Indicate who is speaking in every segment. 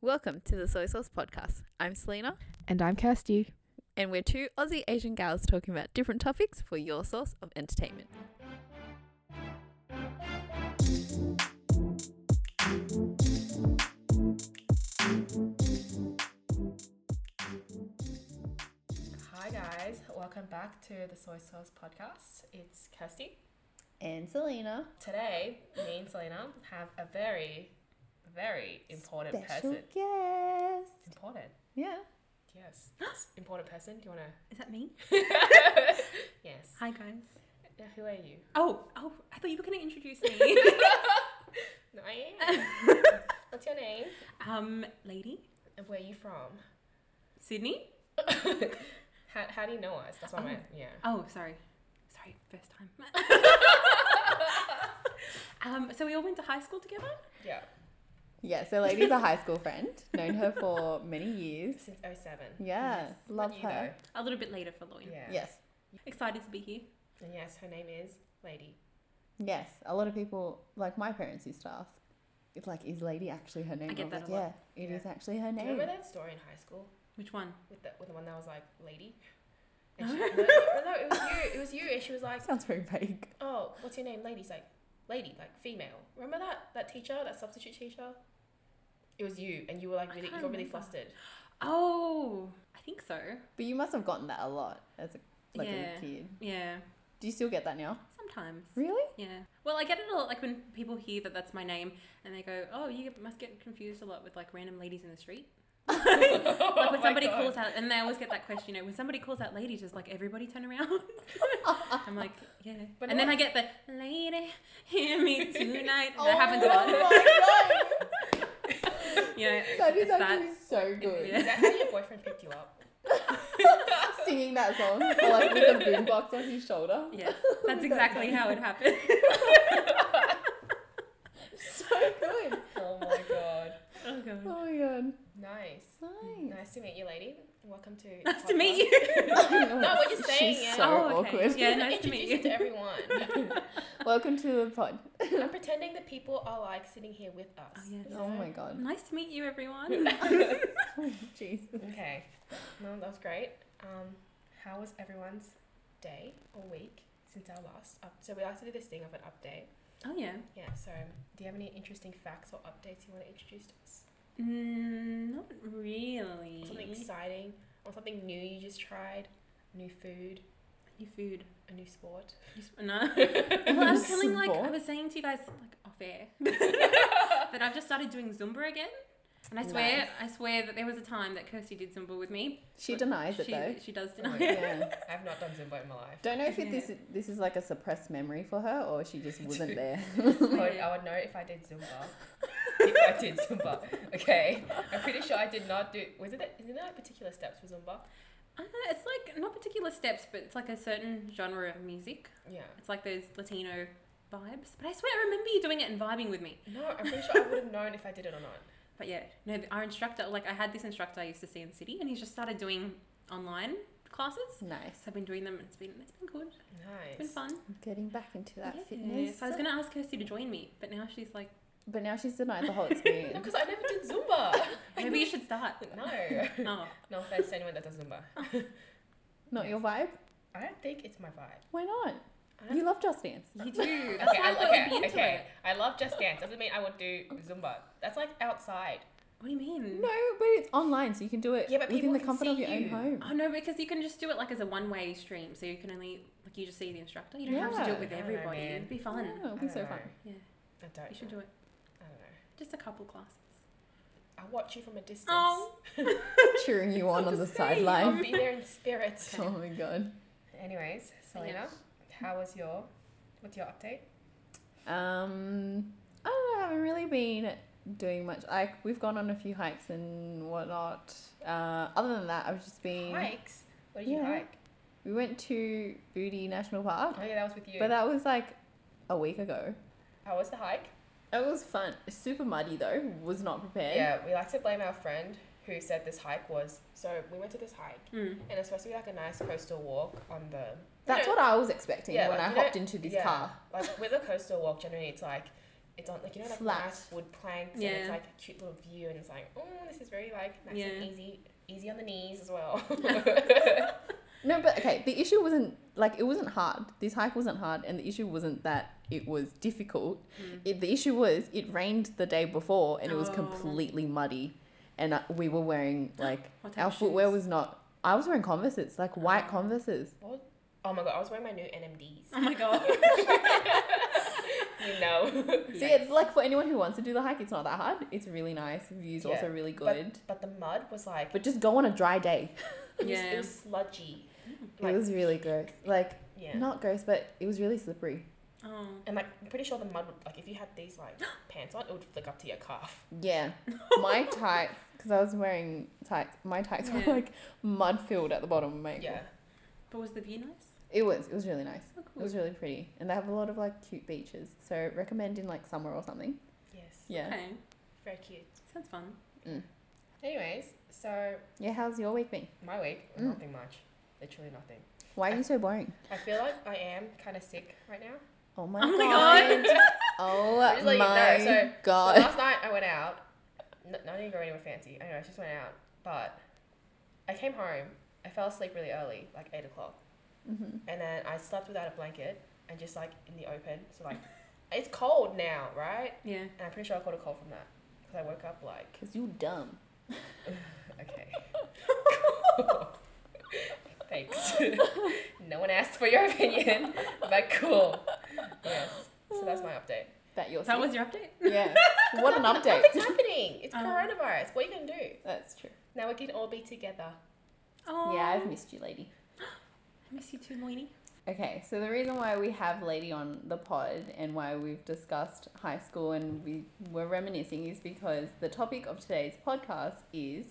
Speaker 1: Welcome to the Soy Sauce Podcast. I'm Selena,
Speaker 2: And I'm Kirsty.
Speaker 1: and we're two Aussie Asian gals talking about different topics for your source of entertainment.
Speaker 2: Hi guys, welcome back to the Soy Sauce Podcast. It's Kirsty.
Speaker 1: And Selena.
Speaker 2: Today, me and Selena have a very, very important person.
Speaker 1: guest.
Speaker 2: It's important.
Speaker 1: Yeah.
Speaker 2: Yes. It's important person. Do you wanna
Speaker 3: Is that me?
Speaker 2: Yes.
Speaker 3: Hi guys.
Speaker 2: Now, who are you?
Speaker 3: Oh, oh, I thought you were gonna introduce me.
Speaker 2: No, I am. What's your name?
Speaker 3: um, lady,
Speaker 2: And Where are you from?
Speaker 3: Sydney.
Speaker 2: How, how do you know us? That's what I meant.
Speaker 1: Um,
Speaker 2: Yeah.
Speaker 3: Oh, sorry, sorry, first time. um, so we all went to high school together.
Speaker 2: Yeah.
Speaker 1: Yeah, so Lady's a high school friend, known her for many years.
Speaker 2: Since 07.
Speaker 1: Yeah,
Speaker 3: Yes.
Speaker 1: love
Speaker 2: Not you,
Speaker 1: her.
Speaker 3: A little bit later for Loin.
Speaker 2: though. Yeah.
Speaker 1: Yes,
Speaker 3: Excited to be here.
Speaker 2: And yes, her name is Lady.
Speaker 1: yes. A lot of people, like my parents used to ask, it's like, is Lady actually her name?
Speaker 3: get
Speaker 1: was
Speaker 3: that
Speaker 1: like,
Speaker 3: a lot.
Speaker 1: Yeah, it is
Speaker 2: Yeah.
Speaker 1: actually her
Speaker 2: Do you
Speaker 1: name.
Speaker 2: remember that story in high school?
Speaker 3: Which one?
Speaker 2: with the with the one that was like lady. And she, no, no, it was you. It was you, and she was like,
Speaker 1: Sounds very vague.
Speaker 2: "Oh, what's your name?" Lady's like, "Lady, like female." Remember that that teacher, that substitute teacher? It was you, and you were like
Speaker 3: I
Speaker 2: really, you got
Speaker 3: can't
Speaker 2: really
Speaker 3: remember.
Speaker 2: flustered.
Speaker 3: Oh, I think so.
Speaker 1: But you must have gotten that a lot as a, like
Speaker 3: Yeah.
Speaker 1: a kid.
Speaker 3: Yeah,
Speaker 1: Do you still get that now?
Speaker 3: sometimes.
Speaker 1: Really?
Speaker 3: Yeah. Well, I get it a lot. Like when people hear that that's my name, and they go, "Oh, you must get confused a lot with like random ladies in the street."
Speaker 1: Oh
Speaker 3: like when somebody calls out, and they always get that question. You know, when somebody calls out lady, just like everybody turn around. I'm like, yeah.
Speaker 2: But
Speaker 3: and then
Speaker 2: what-
Speaker 3: I get the lady, hear me tonight.
Speaker 1: Oh
Speaker 3: that happens a lot.
Speaker 1: my god!
Speaker 3: yeah,
Speaker 1: That is
Speaker 3: it's
Speaker 1: actually
Speaker 3: that.
Speaker 1: so good.
Speaker 3: Yeah.
Speaker 2: Is that how your boyfriend picked you up?
Speaker 1: Singing that song, or like with a boombox on his shoulder.
Speaker 3: Yes, that's exactly how it happened.
Speaker 1: So good.
Speaker 2: Oh my god!
Speaker 3: Oh god.
Speaker 1: Oh my god.
Speaker 2: Nice,
Speaker 1: Nice.
Speaker 2: nice to meet you, lady. Welcome to.
Speaker 3: Nice to meet you.
Speaker 1: no,
Speaker 2: what you're saying,
Speaker 1: She's
Speaker 2: yeah.
Speaker 1: so
Speaker 3: oh, okay.
Speaker 1: awkward.
Speaker 3: Yeah, nice to
Speaker 2: Introduce
Speaker 3: meet
Speaker 2: it to
Speaker 3: you.
Speaker 2: everyone.
Speaker 1: Welcome to the pod.
Speaker 2: I'm pretending that people are like sitting here with us.
Speaker 3: Oh, yes.
Speaker 1: Oh my god.
Speaker 3: Nice to meet you, everyone.
Speaker 1: Jesus.
Speaker 2: Okay. No, that was great. Um, how was everyone's day or week since our last up? So we like to do this thing of an update.
Speaker 3: Oh yeah.
Speaker 2: Yeah. So do you have any interesting facts or updates you want to introduce to us?
Speaker 3: Mm, not really.
Speaker 2: Something exciting or something new you just tried? New food,
Speaker 3: New food.
Speaker 2: a new sport.
Speaker 3: You sp- No. well, I was telling like I
Speaker 1: Support.
Speaker 3: was saying to you guys like off air that I've just started doing Zumba again, and I swear
Speaker 1: Nice.
Speaker 3: I swear that there was a time that Kirsty did Zumba with me.
Speaker 1: She denies it
Speaker 3: she,
Speaker 1: though.
Speaker 3: She does
Speaker 2: Oh
Speaker 3: deny.
Speaker 2: my
Speaker 3: it.
Speaker 1: Yeah.
Speaker 2: I've not done Zumba in my life.
Speaker 1: Don't know if it,
Speaker 3: Yeah.
Speaker 1: this this is like a suppressed memory for her or she just wasn't there.
Speaker 2: I would, I would know if I did Zumba. if I did Zumba, okay. I'm pretty sure I did not do. Was it? that- Isn't there like particular steps for Zumba?
Speaker 3: I don't know, it's like not particular steps, but it's like a certain genre of music.
Speaker 2: Yeah.
Speaker 3: It's like those Latino vibes. But I swear I remember you doing it and vibing with me.
Speaker 2: No, I'm pretty sure I would have known if I did it or not.
Speaker 3: But yeah, no, our instructor like I had this instructor I used to see in city, and he's just started doing online classes.
Speaker 1: nice.
Speaker 3: So I've been doing them, and it's been it's been good. It's been
Speaker 2: Nice.
Speaker 3: fun.
Speaker 1: Getting back into that
Speaker 3: Yeah.
Speaker 1: fitness.
Speaker 3: So I was gonna ask Kirsty to join me, but now she's like,
Speaker 1: But now she's denied the whole
Speaker 2: No,
Speaker 1: experience.
Speaker 2: because I never did Zumba.
Speaker 3: maybe you should start.
Speaker 2: No.
Speaker 3: Oh,
Speaker 2: No offense to anyone that does Zumba.
Speaker 1: Not your vibe?
Speaker 2: I don't think it's my vibe.
Speaker 1: Why not?
Speaker 2: I don't
Speaker 1: You love Just Dance.
Speaker 3: you do. That's
Speaker 2: Okay,
Speaker 3: why I
Speaker 2: I,
Speaker 3: thought you'd be
Speaker 2: okay,
Speaker 3: into
Speaker 2: okay.
Speaker 3: it.
Speaker 2: I love Just Dance. Doesn't mean I would do Zumba. That's like outside.
Speaker 3: What do you mean?
Speaker 1: No, but it's online, so you can do it
Speaker 2: Yeah, but
Speaker 1: within
Speaker 2: people
Speaker 1: the
Speaker 2: can
Speaker 1: comfort of
Speaker 2: see
Speaker 1: your
Speaker 2: you.
Speaker 1: own home.
Speaker 3: Oh no, because you can just do it like as a one-way stream, so you can only like you just see the instructor. You don't have to do
Speaker 1: Yeah.
Speaker 3: it with
Speaker 2: I don't know,
Speaker 3: everybody.
Speaker 2: man.
Speaker 3: It'd Oh, be fun.
Speaker 1: Yeah,
Speaker 2: I
Speaker 1: it'd Oh, be
Speaker 2: don't
Speaker 1: so
Speaker 2: know.
Speaker 1: fun.
Speaker 3: Yeah,
Speaker 2: I don't.
Speaker 3: you should do it.
Speaker 2: I don't know.
Speaker 3: Just a couple classes.
Speaker 2: I watch you from a distance.
Speaker 3: Oh.
Speaker 1: Cheering you on
Speaker 3: It's
Speaker 1: on the
Speaker 3: not the same.
Speaker 2: I'll
Speaker 1: sideline.
Speaker 2: be there in spirit.
Speaker 1: Oh my god.
Speaker 2: Anyways, Selena, how was your? What's your update?
Speaker 1: Um, I don't know. I haven't really been doing much. Like we've gone on a few hikes and whatnot. Uh, other than that, I've just been.
Speaker 2: Hikes. What did you
Speaker 1: Yeah.
Speaker 2: hike?
Speaker 1: We went to Booty National Park,
Speaker 2: Oh yeah, that was with you.
Speaker 1: but that was like a week ago.
Speaker 2: how was the hike?
Speaker 1: It was fun. Super muddy though. Was not prepared.
Speaker 2: Yeah, we like to blame our friend who said this hike was. So we went to this hike,
Speaker 3: Mm.
Speaker 2: and it's supposed to be like a nice coastal walk on the.
Speaker 1: That's
Speaker 2: you know,
Speaker 1: what I was expecting
Speaker 2: Yeah,
Speaker 1: when
Speaker 2: like,
Speaker 1: I
Speaker 2: you know-
Speaker 1: hopped into this
Speaker 2: yeah.
Speaker 1: car.
Speaker 2: Like with a coastal walk, generally it's like it's on like you know like
Speaker 1: Flat.
Speaker 2: nice wood planks and
Speaker 3: Yeah.
Speaker 2: it's like a cute little view and it's like oh this is very like nice
Speaker 3: Yeah.
Speaker 2: and easy easy on the knees as well.
Speaker 1: No, but okay, the issue wasn't like it wasn't hard. This hike wasn't hard, and the issue wasn't that it was difficult. It, the issue was it rained the day before and it was
Speaker 3: Mm. Oh.
Speaker 1: completely muddy, and uh, we were wearing like
Speaker 3: What type
Speaker 1: our
Speaker 3: of
Speaker 1: footwear
Speaker 3: shoes?
Speaker 1: was not. I was wearing Converse's, like white
Speaker 2: Oh.
Speaker 1: Converse's.
Speaker 2: oh my god, I was wearing my new NMDs.
Speaker 3: Oh my god.
Speaker 2: you know.
Speaker 1: See, it's like for anyone who wants to do the hike, it's not that hard. It's really nice. View's
Speaker 2: Yeah,
Speaker 1: also really
Speaker 2: but-
Speaker 1: good.
Speaker 2: But the mud was like
Speaker 1: But, just go on a dry day.
Speaker 2: it, was,
Speaker 3: Yeah.
Speaker 2: it was sludgy.
Speaker 1: It was really gross. Like
Speaker 2: yeah.
Speaker 1: not gross, but it was really slippery.
Speaker 3: Oh.
Speaker 2: And like I'm pretty sure the mud would like if you had these like pants on, it would flick up to your calf.
Speaker 1: Yeah, my tights because I was wearing tights. My tights
Speaker 3: Yeah.
Speaker 1: were like mud filled at the bottom of my ankle.
Speaker 2: Yeah.
Speaker 3: But was the view nice?
Speaker 1: It was. It was really nice.
Speaker 3: Oh,
Speaker 1: It was really pretty, and they have a lot of like cute beaches. So recommend in like summer or something.
Speaker 2: Yes.
Speaker 1: Yeah.
Speaker 3: Okay.
Speaker 2: Very cute.
Speaker 3: Sounds fun.
Speaker 2: Anyways, so
Speaker 1: Yeah. How's your week been?
Speaker 2: my week,
Speaker 1: Mm.
Speaker 2: nothing much. Literally nothing.
Speaker 1: Why are you so boring?
Speaker 2: I feel like I am kind of sick right now.
Speaker 1: Oh my
Speaker 3: Oh my
Speaker 1: god. oh
Speaker 2: Just
Speaker 1: my
Speaker 2: let you know, so- so
Speaker 1: god.
Speaker 2: So last night I went out. N- not even go anywhere fancy. I know I just went out, but I came home. I fell asleep really early, like eight o'clock,
Speaker 1: mm-hmm.
Speaker 2: and then I slept without a blanket and just like in the open. So like, it's cold now, right?
Speaker 3: Yeah.
Speaker 2: And I'm pretty sure I caught a cold from that because I woke up like
Speaker 1: Cause you dumb.
Speaker 2: okay. Thanks. no one asked for your opinion, but cool. Yes. So that's my update.
Speaker 1: That you're.
Speaker 3: That
Speaker 1: sick.
Speaker 3: was your update?
Speaker 1: Yeah. what an update. Um,
Speaker 2: Nothing's happening. It's
Speaker 3: Oh.
Speaker 2: coronavirus. What are you gonna do?
Speaker 1: That's true.
Speaker 2: Now we can all be together.
Speaker 3: Oh.
Speaker 1: Yeah, I've missed you, lady.
Speaker 3: I miss you too, Loini.
Speaker 1: Okay, so the reason why we have Lady on the pod and why we've discussed high school and we were reminiscing is because the topic of today's podcast is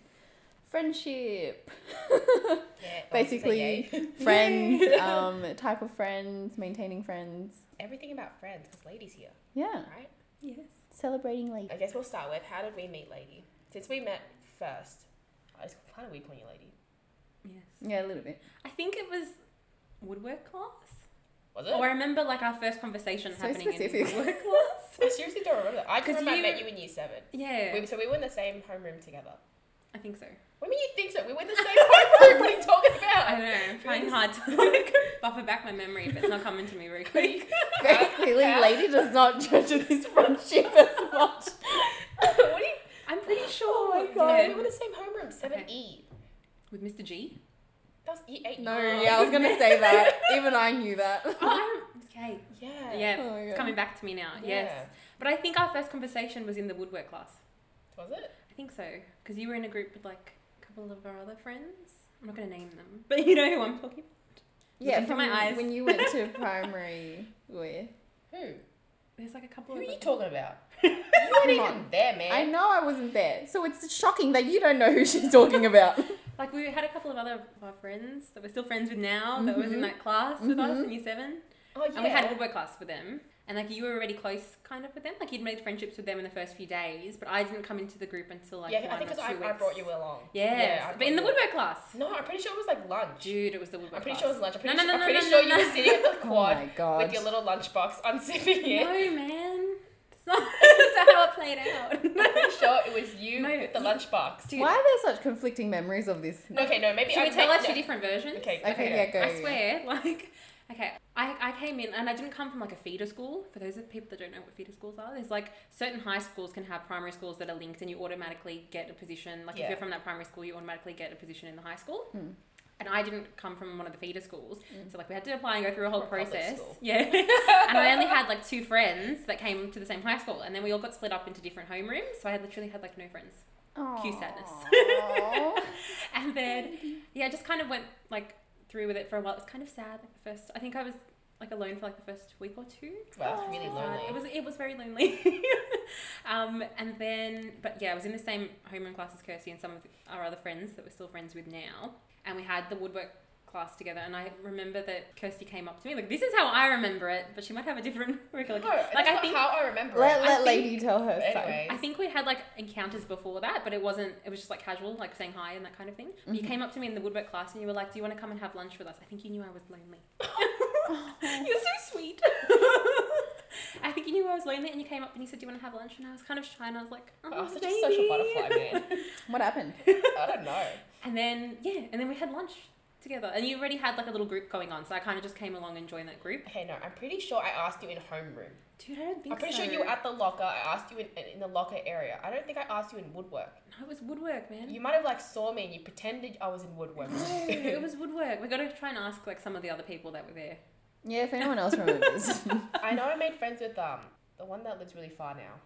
Speaker 1: friendship.
Speaker 2: Yeah.
Speaker 1: Basically,
Speaker 2: obviously, eh? yay.
Speaker 1: friends, um, type of friends, maintaining friends.
Speaker 2: everything about friends because ladies here,
Speaker 1: Yeah,
Speaker 2: right?
Speaker 3: Yes.
Speaker 1: celebrating lady.
Speaker 2: I guess we'll start with how did we meet, lady? Since we met first, I was kind of weak on you, lady.
Speaker 3: Yes.
Speaker 1: Yeah, a little bit.
Speaker 3: I think it was woodwork class.
Speaker 2: Was it?
Speaker 3: Or I remember like our first conversation
Speaker 1: So
Speaker 3: happening
Speaker 1: specific.
Speaker 3: in woodwork class.
Speaker 2: I seriously don't remember. that. I just
Speaker 3: 'Cause
Speaker 2: remember
Speaker 3: you-
Speaker 2: I met you in year seven.
Speaker 3: Yeah.
Speaker 2: We, so we were in the same homeroom together.
Speaker 3: I think so.
Speaker 2: What do you mean you think so? We were in the same homeroom. what are you talking
Speaker 3: I
Speaker 2: about?
Speaker 3: don't know. I'm trying hard to like buffer back my memory, but it's not coming to me very quick.
Speaker 1: Very clearly, lady does not judge this friendship as much.
Speaker 2: what are you?
Speaker 3: I'm pretty sure.
Speaker 1: Oh my
Speaker 2: No,
Speaker 1: God.
Speaker 2: we were in the same homeroom. Seven E.
Speaker 3: With Mr. G.
Speaker 2: That was E eight.
Speaker 1: No, yeah, I was gonna say that. Even I knew that.
Speaker 3: Oh, I'm- okay.
Speaker 2: Yeah.
Speaker 3: Yeah,
Speaker 1: Oh my
Speaker 3: it's
Speaker 1: God.
Speaker 3: coming back to me now.
Speaker 2: Yeah.
Speaker 3: Yes. But I think our first conversation was in the woodwork class.
Speaker 2: Was it?
Speaker 3: I think so. Because you were in a group with like a couple of our other friends. I'm not going to name them, but you know who I'm talking about.
Speaker 1: Yeah,
Speaker 3: Looking
Speaker 1: from
Speaker 3: through my eyes.
Speaker 1: when you went to primary with. Hmm.
Speaker 2: Who?
Speaker 3: There's like a couple
Speaker 2: Who are
Speaker 3: of.
Speaker 2: you
Speaker 3: us.
Speaker 2: talking about? you weren't
Speaker 1: Come
Speaker 2: even
Speaker 1: on.
Speaker 2: there, man.
Speaker 1: I know I wasn't there, so it's shocking that you don't know who she's talking about. Oh
Speaker 3: Like we had a couple of other of our friends that we're still friends with now that was in that class with us in year seven,
Speaker 2: Oh Mm-hmm. yeah.
Speaker 3: and we had woodwork class with them. And like you were already close, kind of, with them. Like you'd made friendships with them in the first few days, but I didn't come into the group until like
Speaker 2: yeah, I
Speaker 3: one
Speaker 2: think
Speaker 3: or
Speaker 2: because
Speaker 3: two
Speaker 2: I,
Speaker 3: weeks.
Speaker 2: I brought you along.
Speaker 3: Yes,
Speaker 2: Yeah, I
Speaker 3: but
Speaker 2: brought
Speaker 3: in the
Speaker 2: you-
Speaker 3: woodwork class.
Speaker 2: No, I'm pretty sure it was like lunch.
Speaker 3: Dude, it was the woodwork
Speaker 2: I'm pretty
Speaker 3: class.
Speaker 2: sure it was lunch. I'm
Speaker 3: No,
Speaker 2: pretty,
Speaker 3: no,
Speaker 2: sure,
Speaker 3: no,
Speaker 2: I'm
Speaker 3: no,
Speaker 2: pretty sure
Speaker 3: no, no.
Speaker 2: you were sitting at the
Speaker 1: Oh
Speaker 2: quad
Speaker 1: my god.
Speaker 2: with your little lunch box unzipping it.
Speaker 3: No, man. That's not, that's not how it played out.
Speaker 2: I'm pretty sure it was you
Speaker 3: No,
Speaker 2: with the
Speaker 3: you-
Speaker 2: lunch box.
Speaker 3: Dude,
Speaker 1: Why are there such conflicting memories of this?
Speaker 2: Okay, no, maybe
Speaker 3: Should
Speaker 2: I
Speaker 3: we tell
Speaker 2: make-
Speaker 3: our two
Speaker 2: no.
Speaker 3: different versions?
Speaker 2: Okay,
Speaker 1: Okay, yeah, go.
Speaker 3: I swear, like, okay, I, I came in and I didn't come from like a feeder school. For those of people that don't know what feeder schools are, there's like certain high schools can have primary schools that are linked and you automatically get a position. Like
Speaker 2: Yeah.
Speaker 3: if you're from that primary school, you automatically get a position in the high school.
Speaker 1: Mm.
Speaker 3: And I didn't come from one of the feeder schools.
Speaker 1: Hmm.
Speaker 3: So like we had to apply and go through a whole
Speaker 2: From a public
Speaker 3: process.
Speaker 2: school.
Speaker 3: Yeah. and I only had like two friends that came to the same high school and then we all got split up into different homerooms. So I had literally had like no friends. Cue sadness.
Speaker 1: Aw.
Speaker 3: And then, yeah, I just kind of went like through with it for a while. It was kind of sad. Like the first, I think I was like alone for like the first week or two.
Speaker 2: Well, it's really
Speaker 1: Oh.
Speaker 3: Uh,
Speaker 2: lonely.
Speaker 3: it was it was very lonely. um, and then, but yeah, I was in the same homeroom class as Kirsty and some of our other friends that we're still friends with now. And we had the woodwork class together. And I remember that Kirsty came up to me like, "This is how I remember it," but she might have a different recollection.
Speaker 2: No,
Speaker 3: like
Speaker 2: that's
Speaker 3: I
Speaker 2: not
Speaker 3: think
Speaker 2: how I remember
Speaker 1: let
Speaker 2: it.
Speaker 1: let
Speaker 3: I think-
Speaker 1: lady tell her
Speaker 2: But
Speaker 1: side.
Speaker 2: anyway,
Speaker 3: I think we had like encounters before that, but it wasn't. It was just like casual, like saying hi and that kind of thing. But
Speaker 2: Mm-hmm.
Speaker 3: You came up to me in the woodwork class and you were like, "Do you want to come and have lunch with us?" I think you knew I was lonely. You're so sweet. I think you knew I was lonely and you came up and you said, Do you want to have lunch? And I was kind of shy and I was like, Oh,
Speaker 2: Oh, such
Speaker 3: baby."
Speaker 2: a social butterfly, man.
Speaker 1: What happened?
Speaker 2: I don't know.
Speaker 3: And then, yeah, and then we had lunch together. And you already had like a little group going on. So I kind of just came along and joined that group.
Speaker 2: Okay, no, I'm pretty sure I asked you in homeroom.
Speaker 3: Dude, I don't think
Speaker 2: I'm pretty
Speaker 3: so.
Speaker 2: sure you were at the locker. I asked you in, in the locker area. I don't think I asked you in woodwork.
Speaker 3: No, it was woodwork, man.
Speaker 2: You might have like saw me and you pretended I was in woodwork.
Speaker 3: No, it was woodwork. We got to try and ask like some of the other people that were there.
Speaker 1: Yeah, if anyone else remembers.
Speaker 2: I know I made friends with um the one that lives really far now.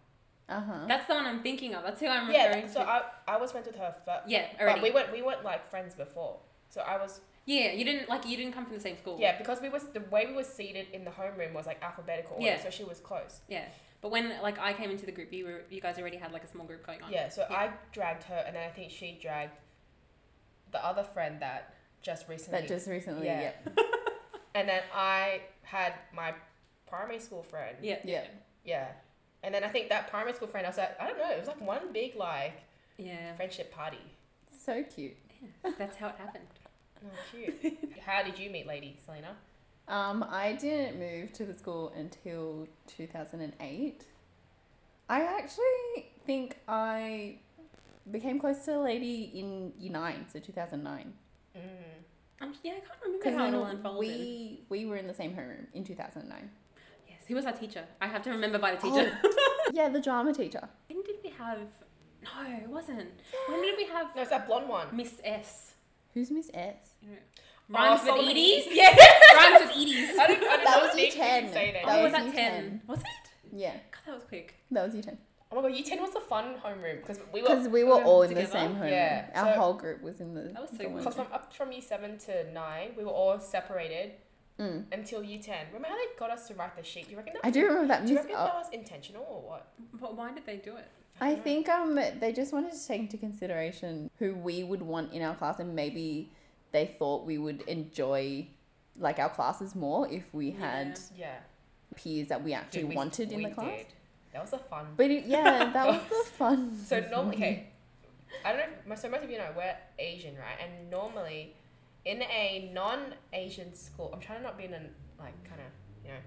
Speaker 1: Uh huh.
Speaker 3: That's the one I'm thinking of. That's who I'm
Speaker 2: Yeah,
Speaker 3: referring to.
Speaker 2: so I, I was friends with her first.
Speaker 3: yeah, Uh-huh. already.
Speaker 2: But we weren't we weren't like friends before. So I was
Speaker 3: yeah, you didn't like you didn't come from the same school.
Speaker 2: yeah because we was the way we were seated in the homeroom was like alphabetical order.
Speaker 3: Yeah.
Speaker 2: So she was close.
Speaker 3: Yeah. But when like I came into the group, you were you guys already had like a small group going on.
Speaker 2: Yeah. So
Speaker 3: Yeah.
Speaker 2: I dragged her, and then I think she dragged the other friend that just recently.
Speaker 1: That just recently.
Speaker 2: Yeah.
Speaker 1: Yeah.
Speaker 2: and then I had my primary school friend.
Speaker 3: Yeah.
Speaker 1: Yeah.
Speaker 2: Yeah. And then I think that primary school friend, I was like, I don't know, it was like one big like
Speaker 3: Yeah.
Speaker 2: friendship party.
Speaker 1: So cute.
Speaker 3: Yeah. That's how it happened.
Speaker 2: Oh, cute. How did you meet Lady Selena?
Speaker 1: Um, I didn't move to the school until 2008. I actually think I became close to the lady in year nine, so 2009.
Speaker 2: Mm.
Speaker 3: Um, yeah, I can't remember
Speaker 1: Because
Speaker 3: how it all
Speaker 1: then
Speaker 3: unfolded.
Speaker 1: we, we were in the same homeroom in 2009.
Speaker 3: Yes, who was our teacher? I have to remember by the
Speaker 2: Oh.
Speaker 3: teacher.
Speaker 1: yeah, the drama teacher.
Speaker 3: When did we have? No, it wasn't. When did we have
Speaker 2: No, it's that blonde one.
Speaker 3: Miss S?
Speaker 1: Who's Miss S?
Speaker 3: You know, rhymes
Speaker 2: Oh, so
Speaker 3: with
Speaker 2: many-
Speaker 3: Edie's. Yeah, rhymes with Edie's.
Speaker 2: I don't, I
Speaker 1: That
Speaker 2: don't know
Speaker 1: was
Speaker 2: if
Speaker 1: year
Speaker 2: you can
Speaker 1: 10.
Speaker 2: Say
Speaker 1: That
Speaker 3: Oh,
Speaker 2: that.
Speaker 1: was
Speaker 3: was that
Speaker 1: year
Speaker 3: ten? Was it?
Speaker 1: Yeah,
Speaker 3: God, that was quick.
Speaker 1: that was your turn.
Speaker 2: Oh my god, year 10 was the fun homeroom because we were.
Speaker 1: Because we were all in the
Speaker 3: Together?
Speaker 1: same homeroom.
Speaker 2: Yeah,
Speaker 1: Our
Speaker 2: so-
Speaker 1: whole group was in the.
Speaker 3: That was so
Speaker 1: dorm.
Speaker 3: good.
Speaker 2: Because from up from year 7 to 9, we were all separated
Speaker 1: Mm.
Speaker 2: until year 10. Remember how they got us to write the sheet? Do you reckon that
Speaker 1: I do remember that.
Speaker 2: Do you
Speaker 1: Miss
Speaker 2: reckon that was intentional or what?
Speaker 3: But why did they do it?
Speaker 1: I
Speaker 2: don't know.
Speaker 1: think um they just wanted to take into consideration who we would want in our class and maybe they thought we would enjoy like our classes more if we had
Speaker 3: Yeah.
Speaker 2: Yeah.
Speaker 1: peers that we actually
Speaker 2: Dude, we-
Speaker 1: wanted in
Speaker 2: we
Speaker 1: the class.
Speaker 2: did. That was a fun
Speaker 1: But it, yeah, that was the fun.
Speaker 2: So normally, okay, I don't know. if- So most of you know we're Asian, right? And normally, in a non-Asian school, I'm trying to not be in a like kind of you know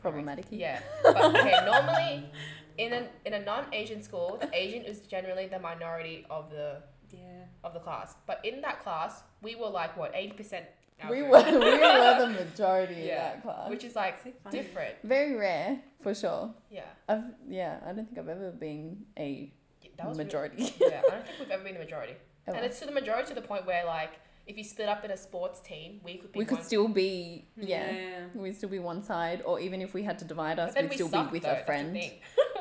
Speaker 1: Problematic.
Speaker 2: Yeah, but okay. Normally, in a in a non-Asian school, the Asian is generally the minority of the
Speaker 3: Yeah.
Speaker 2: of the class. But in that class, we were like what eighty percent.
Speaker 1: We were we were the majority
Speaker 2: Yeah.
Speaker 1: of that class.
Speaker 2: which is like
Speaker 3: So funny.
Speaker 2: different.
Speaker 1: Very rare for sure.
Speaker 2: Yeah,
Speaker 1: I've yeah, I don't think I've ever been a
Speaker 2: that was really-
Speaker 1: majority.
Speaker 2: yeah, I don't think we've ever been the majority,
Speaker 1: ever.
Speaker 2: and it's to the majority to the point where like if you split up in a sports team, we could be
Speaker 1: we could
Speaker 2: one Hmm.
Speaker 1: still be yeah.
Speaker 3: yeah.
Speaker 1: We'd still be one side, or even if we had to divide us,
Speaker 2: But then
Speaker 1: we'd
Speaker 2: we
Speaker 1: still
Speaker 2: sucked,
Speaker 1: be with
Speaker 2: though,
Speaker 1: a friend.
Speaker 2: that's the thing.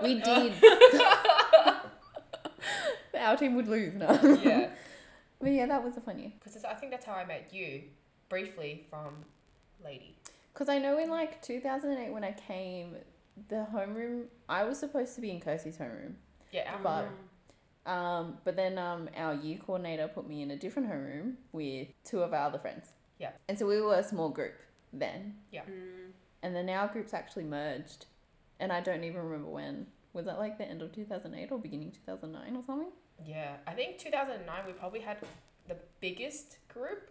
Speaker 1: We did. Our team would lose, no.
Speaker 2: yeah,
Speaker 1: But yeah, that was a fun year.
Speaker 2: because I think that's how I met you, briefly from Lady.
Speaker 1: Because I know in like 2008 when I came, the homeroom, I was supposed to be in Kirsty's homeroom.
Speaker 2: Yeah, our
Speaker 1: But-
Speaker 2: room.
Speaker 3: Uh-huh.
Speaker 1: Um, but then um, our year coordinator put me in a different homeroom with two of our other friends.
Speaker 2: Yeah.
Speaker 1: And so we were a small group then.
Speaker 3: Mm.
Speaker 1: And then our groups actually merged. And I don't even remember when. Was that like the end of 2008 or beginning 2009 or something?
Speaker 2: yeah. I think two thousand nine we probably had the biggest group,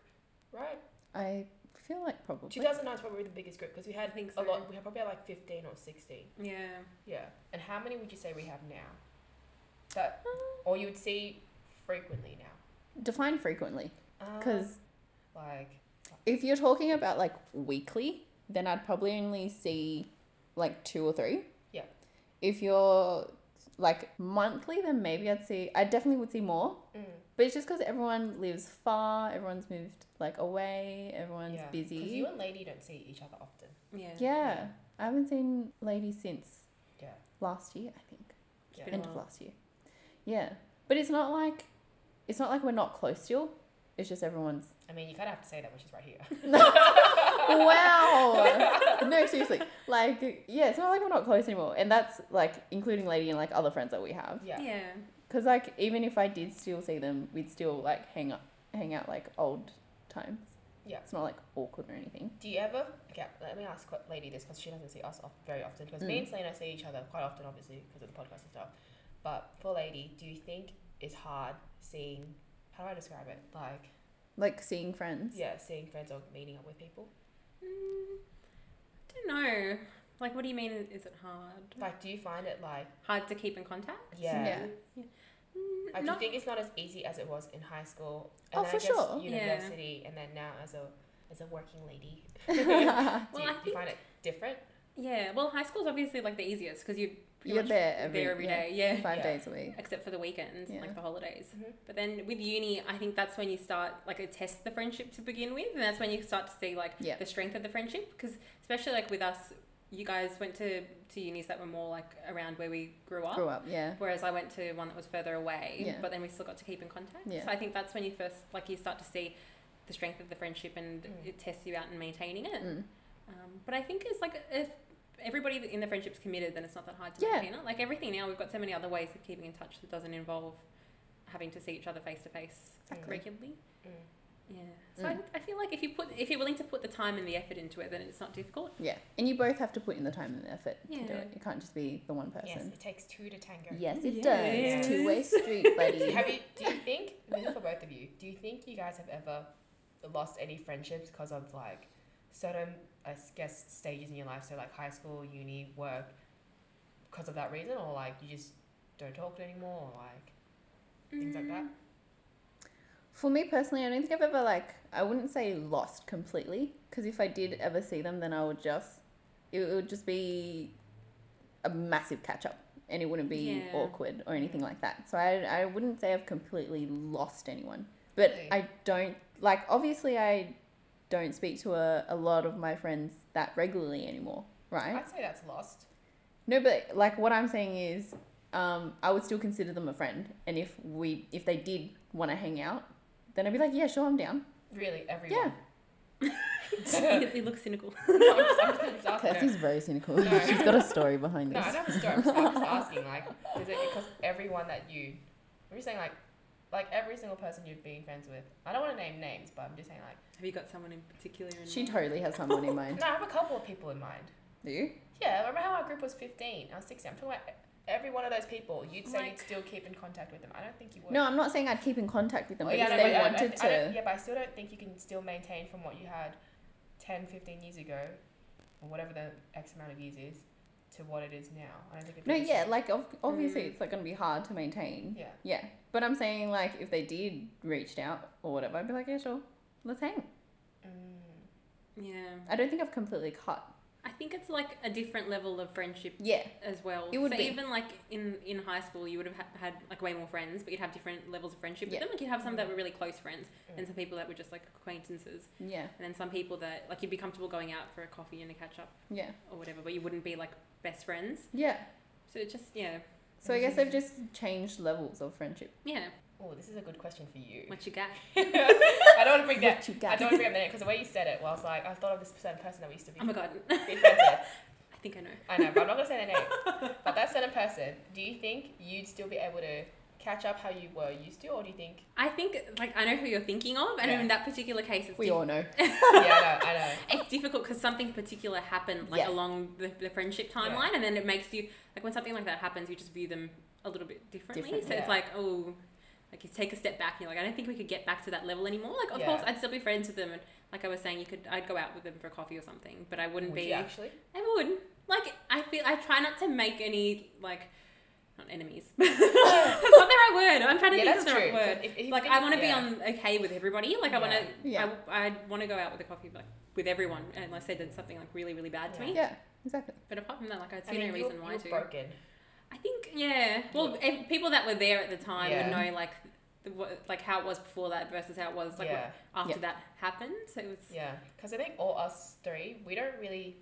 Speaker 2: right?
Speaker 1: I feel like probably.
Speaker 2: Two thousand nine is probably the biggest group because we had
Speaker 3: I think
Speaker 2: a
Speaker 3: so.
Speaker 2: lot. We had probably had like fifteen or sixteen.
Speaker 3: Yeah.
Speaker 2: Yeah, and how many would you say we have now? That or you would see frequently now.
Speaker 1: Define frequently.
Speaker 2: Um,
Speaker 1: Because
Speaker 2: like
Speaker 1: if you're talking about like weekly, then I'd probably only see like two or three.
Speaker 2: Yeah.
Speaker 1: If you're like monthly, then maybe I'd see, I definitely would see more.
Speaker 2: mm,
Speaker 1: But it's just because everyone lives far, everyone's moved like away, everyone's
Speaker 2: yeah. 'Cause
Speaker 1: busy.
Speaker 2: you and Lady don't see each other often.
Speaker 3: Yeah.
Speaker 1: yeah. I haven't seen Lady since
Speaker 2: Yeah.
Speaker 1: last year, I think.
Speaker 3: It's
Speaker 2: Yeah.
Speaker 3: been a
Speaker 1: end of
Speaker 3: while.
Speaker 1: last year. Yeah. But it's not like it's not like we're not close still. It's just everyone's
Speaker 2: I mean, you kind of have to say that, which is right here.
Speaker 1: Wow. no, seriously. Like yeah, it's not like we're not close anymore. And that's like including Lady and like other friends that we have.
Speaker 2: yeah.
Speaker 3: Yeah.
Speaker 1: Cuz like even if I did still see them, we'd still like hang up hang out like old times.
Speaker 2: Yeah.
Speaker 1: It's not like awkward or anything.
Speaker 2: Do you ever? Okay, let me ask Qu- Lady this because she doesn't see us off very often. Because me
Speaker 1: Mm.
Speaker 2: and Selena see each other quite often, obviously, because of the podcast and stuff. But for Lady, do you think it's hard seeing? How do I describe it? Like,
Speaker 1: Like seeing friends.
Speaker 2: yeah, seeing friends or meeting up with people.
Speaker 3: Mm, I don't know. Like, what do you mean? Is it hard?
Speaker 2: Like, do you find it like
Speaker 3: Hard to keep in contact?
Speaker 2: yeah?
Speaker 1: Mm. Yeah.
Speaker 3: Mm,
Speaker 2: Like, do you
Speaker 3: not-
Speaker 2: think it's not as easy as it was in high school?
Speaker 1: Oh,
Speaker 2: then
Speaker 1: for
Speaker 2: I guess
Speaker 1: sure.
Speaker 3: Yeah.
Speaker 2: University, and then now as a as a working lady,
Speaker 1: yeah.
Speaker 2: do,
Speaker 3: Well,
Speaker 2: you,
Speaker 3: I
Speaker 2: do you
Speaker 3: think-
Speaker 2: find it different?
Speaker 3: yeah. Well, high school's obviously like the easiest because you pretty
Speaker 1: You're
Speaker 3: much
Speaker 1: there every,
Speaker 3: there every
Speaker 1: yeah,
Speaker 3: day. Yeah.
Speaker 1: Five
Speaker 2: Yeah.
Speaker 1: days a week.
Speaker 3: Except for the weekends, and
Speaker 1: Yeah. Mm-hmm.
Speaker 3: like the holidays.
Speaker 2: Mhm.
Speaker 3: But then with uni, I think that's when you start like to test the friendship to begin with, and that's when you start to see like
Speaker 1: Yeah.
Speaker 3: the strength of the friendship. Because especially like with us, you guys went to to unis that were more like around where we grew up.
Speaker 1: Grew up, yeah.
Speaker 3: Whereas I went to one that was further away,
Speaker 1: Yeah.
Speaker 3: but then we still got to keep in contact.
Speaker 1: Yeah.
Speaker 3: So I think that's when you first like you start to see the strength of the friendship and
Speaker 2: Mm.
Speaker 3: it tests you out in maintaining it.
Speaker 1: Mm.
Speaker 3: Um, but I think it's like if everybody in the friendship's committed, then it's not that hard to
Speaker 1: Yeah.
Speaker 3: maintain it. Like everything now, we've got so many other ways of keeping in touch that doesn't involve having to see each other face to face
Speaker 2: Exactly.
Speaker 3: regularly.
Speaker 2: Mm.
Speaker 3: Yeah. So I,
Speaker 1: Mm.
Speaker 3: I feel like if you put if you're willing to put the time and the effort into it, then it's not difficult.
Speaker 1: Yeah. And you both have to put in the time and the effort to do
Speaker 3: Yeah.
Speaker 1: it. It can't just be the one
Speaker 2: Yes,
Speaker 1: person.
Speaker 2: it takes two to tango.
Speaker 1: Yes, it
Speaker 2: Yes.
Speaker 1: does. Two way street, buddy.
Speaker 2: Have you? Do you think this is for both of you? Do you think you guys have ever lost any friendships because of like certain, I guess, stages in your life? So like high school, uni, work, because of that reason, or like you just don't talk anymore, or like things like that.
Speaker 1: For me personally, I don't think I've ever like I wouldn't say lost completely because if I did ever see them, then I would just it, it would just be a massive catch up, and it wouldn't be
Speaker 3: Yeah.
Speaker 1: awkward or anything like that. So I I wouldn't say I've completely lost anyone, but
Speaker 2: Really?
Speaker 1: I don't like obviously I don't speak to a, a lot of my friends that regularly anymore, right?
Speaker 2: I'd say that's lost.
Speaker 1: No, but like what I'm saying is, um, I would still consider them a friend, and if we if they did want to hang out, then I'd be like, yeah, sure, I'm down.
Speaker 2: Really, everyone.
Speaker 1: Yeah,
Speaker 3: Mm. it, it looks cynical.
Speaker 2: No, I'm just, I'm just asking.
Speaker 1: Kirsty's very cynical.
Speaker 2: No.
Speaker 1: She's got a story behind
Speaker 2: No, I
Speaker 1: this.
Speaker 2: don't have a story. I'm just- I'm just asking, like, is it because everyone that you, I'm just saying, like, like every single person you've been friends with. I don't want to name names, but I'm just saying, like,
Speaker 3: Have you got someone in particular? In
Speaker 1: She
Speaker 3: mind?
Speaker 1: totally has someone in mind.
Speaker 2: no, I have a couple of people in mind.
Speaker 1: Do you?
Speaker 2: Yeah, remember how our group was 15? I was 16. I'm talking about every one of those people. You'd say
Speaker 3: Like-
Speaker 2: you'd still keep in contact with them. I don't think you would.
Speaker 1: No, I'm not saying I'd keep in contact with them,
Speaker 2: Oh,
Speaker 1: but
Speaker 2: yeah,
Speaker 1: if
Speaker 2: no,
Speaker 1: they
Speaker 2: but I- I-
Speaker 1: wanted
Speaker 2: I
Speaker 1: to,
Speaker 2: don't- yeah, but I still don't think you can still maintain from what you had 10, 15 years ago, or whatever the X amount of years is, to what it is now. I don't think it'd
Speaker 1: no,
Speaker 2: be the
Speaker 1: yeah,
Speaker 2: same.
Speaker 1: like ob- obviously
Speaker 3: Mm.
Speaker 1: it's like gonna be hard to maintain.
Speaker 2: Yeah.
Speaker 1: Yeah, but I'm saying like if they did reached out or whatever, I'd be like, yeah, sure, let's hang.
Speaker 2: Mm.
Speaker 3: Yeah.
Speaker 1: I don't think I've completely cut.
Speaker 3: I think it's like a different level of friendship
Speaker 1: Yeah,
Speaker 3: as well.
Speaker 1: It would
Speaker 3: so
Speaker 1: be.
Speaker 3: even like in in high school, you would have ha- had like way more friends, but you'd have different levels of friendship
Speaker 1: Yeah.
Speaker 3: with them. Like you'd have some that
Speaker 2: Mm.
Speaker 3: were really close friends,
Speaker 2: Mm.
Speaker 3: and some people that were just like acquaintances,
Speaker 1: yeah,
Speaker 3: and then some people that like you'd be comfortable going out for a coffee and a catch up
Speaker 1: yeah,
Speaker 3: or whatever, but you wouldn't be like best friends.
Speaker 1: yeah.
Speaker 3: So it just yeah
Speaker 1: So I guess they've just changed levels of friendship.
Speaker 3: yeah
Speaker 2: Oh, this is a good question for you.
Speaker 3: what you got.
Speaker 2: I don't want to bring that.
Speaker 1: What you
Speaker 2: I
Speaker 1: got?
Speaker 2: don't want to bring up the name because the way you said it, well, I was like, I thought of this certain person that we used to be.
Speaker 3: Oh my god,
Speaker 2: be friends with.
Speaker 3: I think I know.
Speaker 2: I know, but I'm not gonna say their name. But that certain person, do you think you'd still be able to catch up how you were used to, or do you think?
Speaker 3: I think like I know who you're thinking of, and
Speaker 2: Yeah.
Speaker 3: in that particular case, it's
Speaker 1: We all know.
Speaker 2: Yeah, I know, I know.
Speaker 3: it's difficult because something particular happened like
Speaker 1: Yeah.
Speaker 3: along the, the friendship timeline and then it makes you like when something like that happens you just view them a little bit differently
Speaker 1: Different,
Speaker 3: so it's
Speaker 2: yeah.
Speaker 3: like oh like you take a step back and you're like i don't think we could get back to that level anymore like of
Speaker 2: Yeah.
Speaker 3: course i'd still be friends with them and like i was saying you could i'd go out with them for coffee or something but i wouldn't
Speaker 2: Would
Speaker 3: be
Speaker 2: you actually?
Speaker 3: i would like i feel i try not to make any like not enemies
Speaker 2: yeah,
Speaker 3: that's not the right word i'm trying to think
Speaker 2: that's
Speaker 3: of the
Speaker 2: true.
Speaker 3: right word
Speaker 2: If- if you
Speaker 3: like
Speaker 2: think-
Speaker 3: I want to
Speaker 2: yeah.
Speaker 3: be on okay with everybody. Like I want to,
Speaker 1: Yeah.
Speaker 3: I, I want to go out with a coffee, like with everyone, unless they did something like really, really bad to
Speaker 2: Yeah.
Speaker 3: me.
Speaker 1: Yeah, exactly.
Speaker 3: But apart from that, like I
Speaker 2: I
Speaker 3: see
Speaker 2: mean,
Speaker 3: no
Speaker 2: you're,
Speaker 3: reason why
Speaker 2: you're
Speaker 3: to.
Speaker 2: broken.
Speaker 3: I think yeah. Well, if people that were there at the time
Speaker 2: Yeah.
Speaker 3: would know like, the, what, like how it was before that versus how it was like
Speaker 2: yeah,
Speaker 3: what, after
Speaker 1: Yeah.
Speaker 3: that happened. So it was
Speaker 2: yeah. Because I think all us three, we don't really,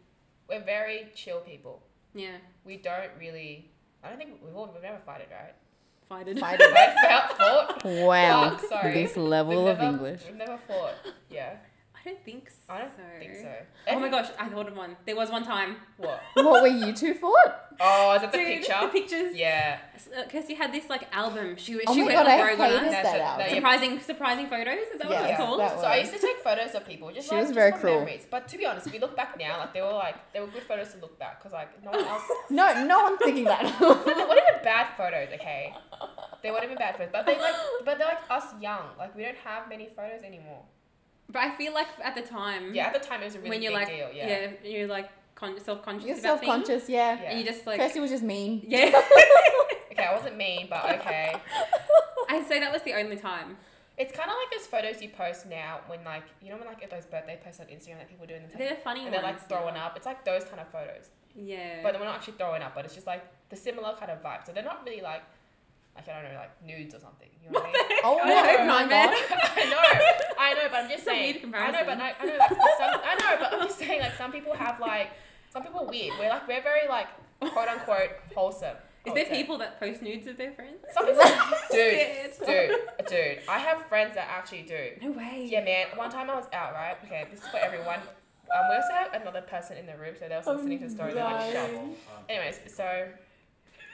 Speaker 2: we're very chill people.
Speaker 3: yeah,
Speaker 2: We don't really. I don't think we've all we've never fighted, right?
Speaker 3: fighted.
Speaker 1: Fight
Speaker 2: If I felt fought.
Speaker 1: Wow,
Speaker 2: Fuck, sorry.
Speaker 1: this level
Speaker 2: we've
Speaker 1: of
Speaker 2: never,
Speaker 1: English.
Speaker 2: We've never fought. Yeah,
Speaker 3: I don't think so.
Speaker 2: I don't think so.
Speaker 3: Oh my gosh, I thought of one. There was one time.
Speaker 2: What?
Speaker 1: What were you two for?
Speaker 2: Oh, is that the
Speaker 3: Dude, The
Speaker 2: picture?
Speaker 3: pictures.
Speaker 2: Yeah.
Speaker 3: Uh, Kirsty had this like album. She
Speaker 1: Oh
Speaker 3: she
Speaker 1: my
Speaker 3: went
Speaker 1: god,
Speaker 3: like
Speaker 1: I
Speaker 3: rogue on
Speaker 1: hated
Speaker 3: us.
Speaker 1: that
Speaker 2: That's a-
Speaker 1: album.
Speaker 2: that you-
Speaker 3: Surprising, surprising photos. Is that what
Speaker 1: Yeah,
Speaker 3: it's called?
Speaker 1: that
Speaker 2: So I
Speaker 1: one.
Speaker 2: used to take photos of people. Just
Speaker 1: She
Speaker 2: like,
Speaker 1: was
Speaker 2: just
Speaker 1: very
Speaker 2: for
Speaker 1: cruel.
Speaker 2: Memories. But to be honest, if you look back now, like they were like they were good photos to look back because like no one else.
Speaker 1: No, no one's thinking that.
Speaker 2: they weren't even bad photos, okay? They weren't even bad photos, but they like but they're like us young. Like we don't have many photos anymore.
Speaker 3: But I feel like at the time,
Speaker 2: Yeah, at the time it was a really
Speaker 3: Mm-hmm. when you're
Speaker 2: big deal.
Speaker 3: like,
Speaker 2: Yeah.
Speaker 3: you're like, con- self-conscious
Speaker 1: You're
Speaker 3: about
Speaker 1: self
Speaker 3: things.
Speaker 1: conscious, yeah.
Speaker 2: Yeah.
Speaker 3: And you just like,
Speaker 1: Kirsty was just mean.
Speaker 3: yeah.
Speaker 2: Okay, I wasn't mean, but okay.
Speaker 3: I'd say that was the only time.
Speaker 2: It's kind of like those photos you post now when like you know when like at those birthday posts on Instagram that people do and they're,
Speaker 3: They're funny
Speaker 2: and
Speaker 3: ones.
Speaker 2: they're like throwing up. It's like those kind of photos,
Speaker 3: Yeah.
Speaker 2: but we're not actually throwing up. But it's just like the similar kind of vibe. So they're not really like like I don't know like nudes or something. You know what I mean?
Speaker 1: Oh,
Speaker 3: I
Speaker 1: no,
Speaker 3: hope
Speaker 1: oh my
Speaker 3: not, man.
Speaker 1: God.
Speaker 2: I know, I know, but I'm just
Speaker 3: It's a
Speaker 2: saying.
Speaker 3: weird
Speaker 2: I know, but
Speaker 3: comparison.
Speaker 2: I, I know, like, some, I know, but I'm just saying like some people have like some people are weird. We're like we're very like quote unquote wholesome. I
Speaker 3: Is
Speaker 2: would
Speaker 3: there
Speaker 2: say.
Speaker 3: people that post nudes of their friends?
Speaker 2: Some people, dude,
Speaker 3: Yes.
Speaker 2: dude, dude. I have friends that actually do.
Speaker 3: No way.
Speaker 2: Yeah, man. One time I was out, right? Okay, this is for everyone. Um, we also have another person in the room, so they
Speaker 1: Oh
Speaker 2: was listening to the story. They're like, shut. up. Anyways, so,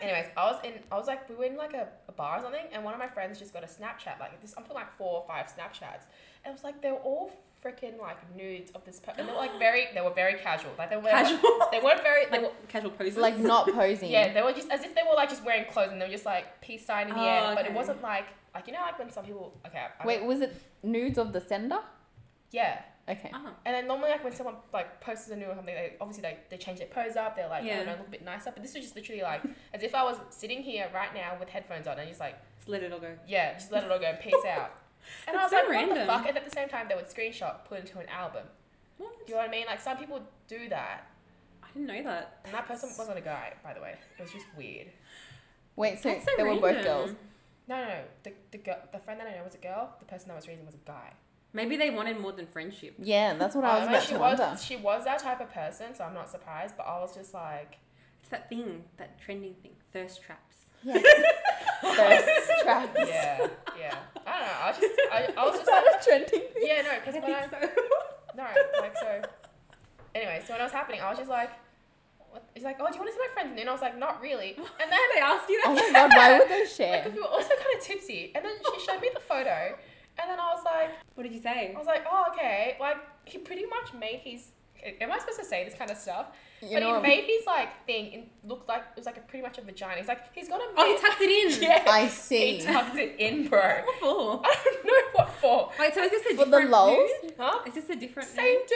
Speaker 2: anyways, I was in, I was like, we were in like a, a bar or something, and one of my friends just got a Snapchat. Like this, I'm talking like four or five Snapchats, and it was like they were all freaking like nudes of this person. And they were like very, they were very casual. Like they were,
Speaker 3: Casual.
Speaker 2: they weren't very. They were,
Speaker 3: like casual poses.
Speaker 1: Like not posing.
Speaker 2: yeah, they were just as if they were like just wearing clothes, and they were just like peace sign in the
Speaker 3: Oh,
Speaker 2: air. But it
Speaker 3: okay.
Speaker 2: wasn't like, like you know, like when some people, okay, I
Speaker 1: Wait, was it nudes of the sender?
Speaker 2: yeah.
Speaker 1: Okay.
Speaker 3: Oh.
Speaker 2: And then normally, like when someone like posts a new or something, they obviously like they change their pose up. They're like,
Speaker 3: Yeah.
Speaker 2: oh, no, look a bit nicer. But this was just literally like as if I was sitting here right now with headphones on and just like,
Speaker 3: Just let it all go.
Speaker 2: yeah, just let it all go, peace out. And I was like,
Speaker 3: That's so
Speaker 2: what the
Speaker 3: random.
Speaker 2: fuck? And at the same time, they would screenshot, put it into an album.
Speaker 3: What?
Speaker 2: Do you know what I mean? Like some people do that.
Speaker 3: I didn't know that.
Speaker 2: And that person wasn't a guy, by the way. It was just weird.
Speaker 1: Wait, so,
Speaker 3: That's so
Speaker 1: they were both
Speaker 3: random.
Speaker 1: girls.
Speaker 2: No, no, no. The the girl, the friend that I know was a girl. The person that was reading was a guy.
Speaker 3: Maybe they wanted more than friendship.
Speaker 1: Yeah, that's what I was
Speaker 2: Um,
Speaker 1: about
Speaker 2: she
Speaker 1: to
Speaker 2: was
Speaker 1: wonder.
Speaker 2: she was that type of person, so I'm not surprised. But I was just like,
Speaker 3: It's that thing, that trending thing, thirst traps.
Speaker 1: Yes. Thirst traps.
Speaker 2: yeah, yeah. I don't know. I was just I, I was
Speaker 1: Is
Speaker 2: just like.
Speaker 1: that a trending thing?
Speaker 2: Yeah, no, because
Speaker 3: I
Speaker 2: when I
Speaker 3: think so.
Speaker 2: no, like so. Anyway, so when I was happening, I was just like, what? he's like, oh, do you want to see my friends? And I was like, not really. And then
Speaker 3: they asked you
Speaker 1: Oh
Speaker 3: that.
Speaker 1: my god, why would they
Speaker 2: like,
Speaker 1: share?
Speaker 2: 'cause we were also kind of tipsy, and then she showed me the photo, and then I was like,
Speaker 3: What did you say?
Speaker 2: I was like, oh, okay. Like he pretty much made his. Am I supposed to say this kind of stuff?
Speaker 1: You
Speaker 2: but
Speaker 1: know,
Speaker 2: he made his like thing in, look like it was like a pretty much a vagina. He's like, he's got a.
Speaker 3: Oh, he tucked it in.
Speaker 2: yeah,
Speaker 1: I
Speaker 2: he
Speaker 1: see.
Speaker 2: tucked it in, bro.
Speaker 3: Awful.
Speaker 2: I don't know what for.
Speaker 3: Wait, so is this a
Speaker 1: For the
Speaker 3: different
Speaker 1: lols?
Speaker 3: nude?
Speaker 2: Huh?
Speaker 3: Is this a different
Speaker 2: Same
Speaker 3: nude?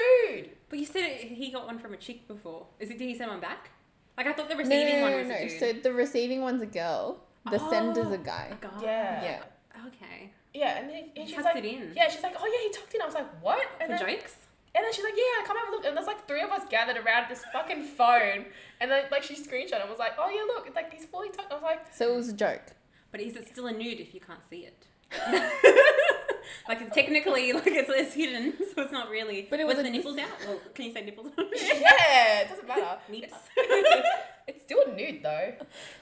Speaker 2: dude.
Speaker 3: But you said it, he got one from a chick before. Is it? Did he send one back? Like I thought the
Speaker 1: No, no,
Speaker 3: receiving
Speaker 1: no,
Speaker 3: one
Speaker 1: no,
Speaker 3: was a
Speaker 1: no.
Speaker 3: dude.
Speaker 1: So the receiving one's a girl, the sender's
Speaker 3: Oh.
Speaker 1: a guy.
Speaker 3: a guy.
Speaker 1: Yeah.
Speaker 3: Okay.
Speaker 2: Yeah, and then and
Speaker 3: He
Speaker 2: she's
Speaker 3: tucked
Speaker 2: like,
Speaker 3: it in.
Speaker 2: yeah, she's like, oh yeah, he tucked in. I was like, what? And
Speaker 3: For
Speaker 2: then,
Speaker 3: jokes.
Speaker 2: and then she's like, yeah, come have a look. And there's like three of us gathered around this fucking phone, and then like she screenshot and was like, oh yeah, look, it's like he's fully tucked. I was like,
Speaker 1: So it was a joke.
Speaker 3: But is it still a nude if you can't see it? like it's technically like it's, it's hidden, so it's not really.
Speaker 1: But it was
Speaker 3: the
Speaker 1: a-
Speaker 3: nipples out. Well, can you say nipples?
Speaker 2: yeah, it doesn't matter.
Speaker 3: Nips.
Speaker 2: It's still nude though.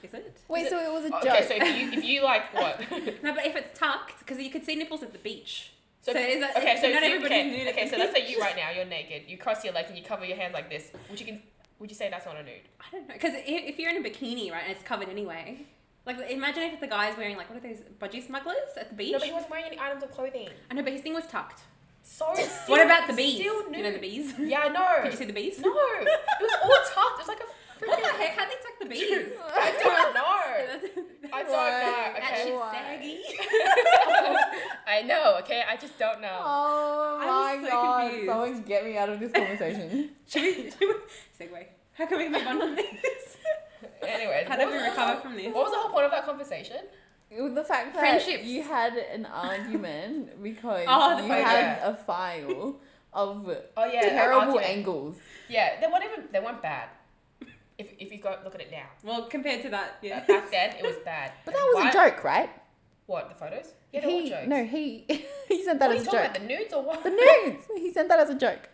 Speaker 3: Is it?
Speaker 1: Wait,
Speaker 2: it-
Speaker 1: so it was a
Speaker 2: Okay,
Speaker 1: joke.
Speaker 2: so if you if you like what?
Speaker 3: No, but if it's tucked, because you could see nipples at the beach.
Speaker 2: So,
Speaker 3: So is that-
Speaker 2: okay, so
Speaker 3: not
Speaker 2: if you-
Speaker 3: everybody's
Speaker 2: okay,
Speaker 3: nude at
Speaker 2: Okay,
Speaker 3: the
Speaker 2: so let's say you right now you're naked. You cross your legs and you cover your hands like this. Would you can? Would you say that's not a nude?
Speaker 3: I don't know, because if, if you're in a bikini, right, and it's covered anyway. Like imagine if the guy's wearing like what are those budgie smugglers at the beach?
Speaker 2: No, but he wasn't wearing any items of clothing.
Speaker 3: I know, but his thing was tucked.
Speaker 2: So
Speaker 3: what
Speaker 2: still-
Speaker 3: about the bees?
Speaker 2: Still nude.
Speaker 3: You know the bees.
Speaker 2: Yeah, I know.
Speaker 3: Did you see the bees?
Speaker 2: No, it was all tucked. It was like a
Speaker 3: What the
Speaker 2: freaking.
Speaker 3: heck? How they tuck the bees?
Speaker 2: I don't know. I don't
Speaker 1: Why?
Speaker 2: know.
Speaker 3: That
Speaker 2: Okay.
Speaker 3: shit's
Speaker 1: Why?
Speaker 3: saggy.
Speaker 2: I know. Okay, I just don't know.
Speaker 1: Oh
Speaker 3: I'm
Speaker 1: my
Speaker 3: so
Speaker 1: god!
Speaker 3: confused.
Speaker 1: Someone get me out of this conversation.
Speaker 3: Should we, should we segue? How can we move on from this?
Speaker 2: Anyways,
Speaker 3: How do
Speaker 2: what
Speaker 3: we
Speaker 2: was the
Speaker 3: recover
Speaker 2: whole-
Speaker 3: from this?
Speaker 2: What was the whole point of that conversation?
Speaker 1: With the fact that
Speaker 3: Friendships.
Speaker 1: you had an argument because
Speaker 3: Oh, the
Speaker 1: you
Speaker 2: photo.
Speaker 1: had a file of
Speaker 2: Oh yeah, that
Speaker 1: terrible
Speaker 2: argument.
Speaker 1: angles.
Speaker 2: Yeah, they weren't even. They weren't bad. If if you go look at it now,
Speaker 3: Well, compared to that, yeah.
Speaker 2: But back then it was bad.
Speaker 1: But that was
Speaker 2: Why-
Speaker 1: a joke, right?
Speaker 2: What the photos? Yeah, they were
Speaker 1: he
Speaker 2: jokes.
Speaker 1: no, he he sent that
Speaker 2: What are you
Speaker 1: as a
Speaker 2: talking about?
Speaker 1: joke.
Speaker 2: The nudes or what?
Speaker 1: The nudes. He sent that as a joke.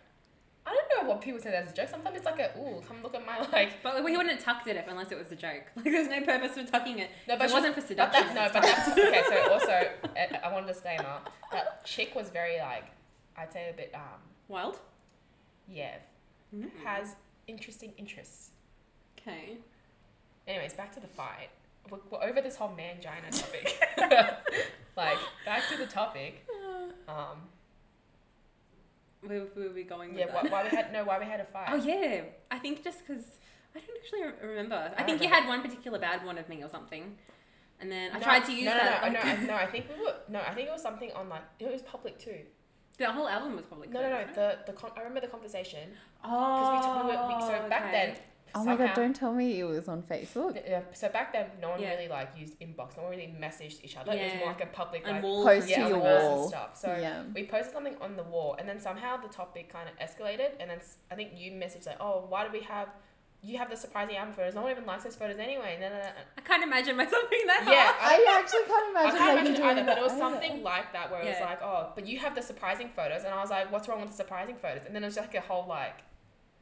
Speaker 2: I don't know what people say that's a joke. Sometimes it's like a ooh, come look at my like.
Speaker 3: But we wouldn't have tucked it up unless it was a joke. Like, there's no purpose for tucking it.
Speaker 2: No,
Speaker 3: If
Speaker 2: but
Speaker 3: it
Speaker 2: she-
Speaker 3: wasn't for
Speaker 2: But
Speaker 3: seduction.
Speaker 2: that, no, but that's okay. So also, eh, I, I wanted to say now that chick was very like, I'd say a bit um,
Speaker 3: Wild. Mm.
Speaker 2: yeah, has interesting interests.
Speaker 3: Okay.
Speaker 2: Anyways, back to the fight. We're, we're over this whole mangina topic. like, back to the topic. Um,
Speaker 3: Uh, Where where were we going with
Speaker 2: yeah, why,
Speaker 3: that?
Speaker 2: why we had no, why we had a fight?
Speaker 3: Oh, yeah. I think just because... I don't actually re- remember. I,
Speaker 2: I
Speaker 3: think you
Speaker 2: remember.
Speaker 3: had one particular bad one of me or something. And then I
Speaker 2: No,
Speaker 3: tried to use
Speaker 2: no, no,
Speaker 3: that.
Speaker 2: No,
Speaker 3: like-
Speaker 2: no, I- no, I think we were. No, I think it was something on like it was public too.
Speaker 3: The whole album was probably
Speaker 2: No, no, no.
Speaker 3: closed, right?
Speaker 2: The, the con- I remember the conversation. Because
Speaker 3: oh,
Speaker 2: we, t- we, were- we So back
Speaker 3: okay.
Speaker 2: then.
Speaker 1: Oh my god,
Speaker 2: somehow-
Speaker 1: don't tell me it was on Facebook.
Speaker 2: Th- Yeah, so back then, no one
Speaker 3: Yeah.
Speaker 2: really like used inbox. No one really messaged each other. It was
Speaker 3: Yeah.
Speaker 2: more like a public
Speaker 3: And
Speaker 2: like
Speaker 3: walls
Speaker 1: Post
Speaker 3: and
Speaker 1: to
Speaker 2: yeah,
Speaker 1: your
Speaker 2: on
Speaker 3: stuff.
Speaker 2: the walls
Speaker 1: wall.
Speaker 2: and stuff. So
Speaker 1: yeah.
Speaker 2: we posted something on the wall, and then somehow the topic kind of escalated, and then s- I think you messaged like, "Oh, why do we have you have the surprising album photos? No one even likes those photos anyway." And then,
Speaker 3: I can't imagine myself being that
Speaker 2: yeah,
Speaker 3: hot.
Speaker 1: I actually can't
Speaker 2: I
Speaker 1: imagine.
Speaker 2: can't
Speaker 1: making
Speaker 2: imagine
Speaker 1: doing
Speaker 2: either, but
Speaker 1: that
Speaker 2: it was
Speaker 1: either.
Speaker 2: something like that where it was
Speaker 3: Yeah.
Speaker 2: like, "Oh, but you have the surprising photos," and I was like, "What's wrong with the surprising photos?" And then it was just like a whole like,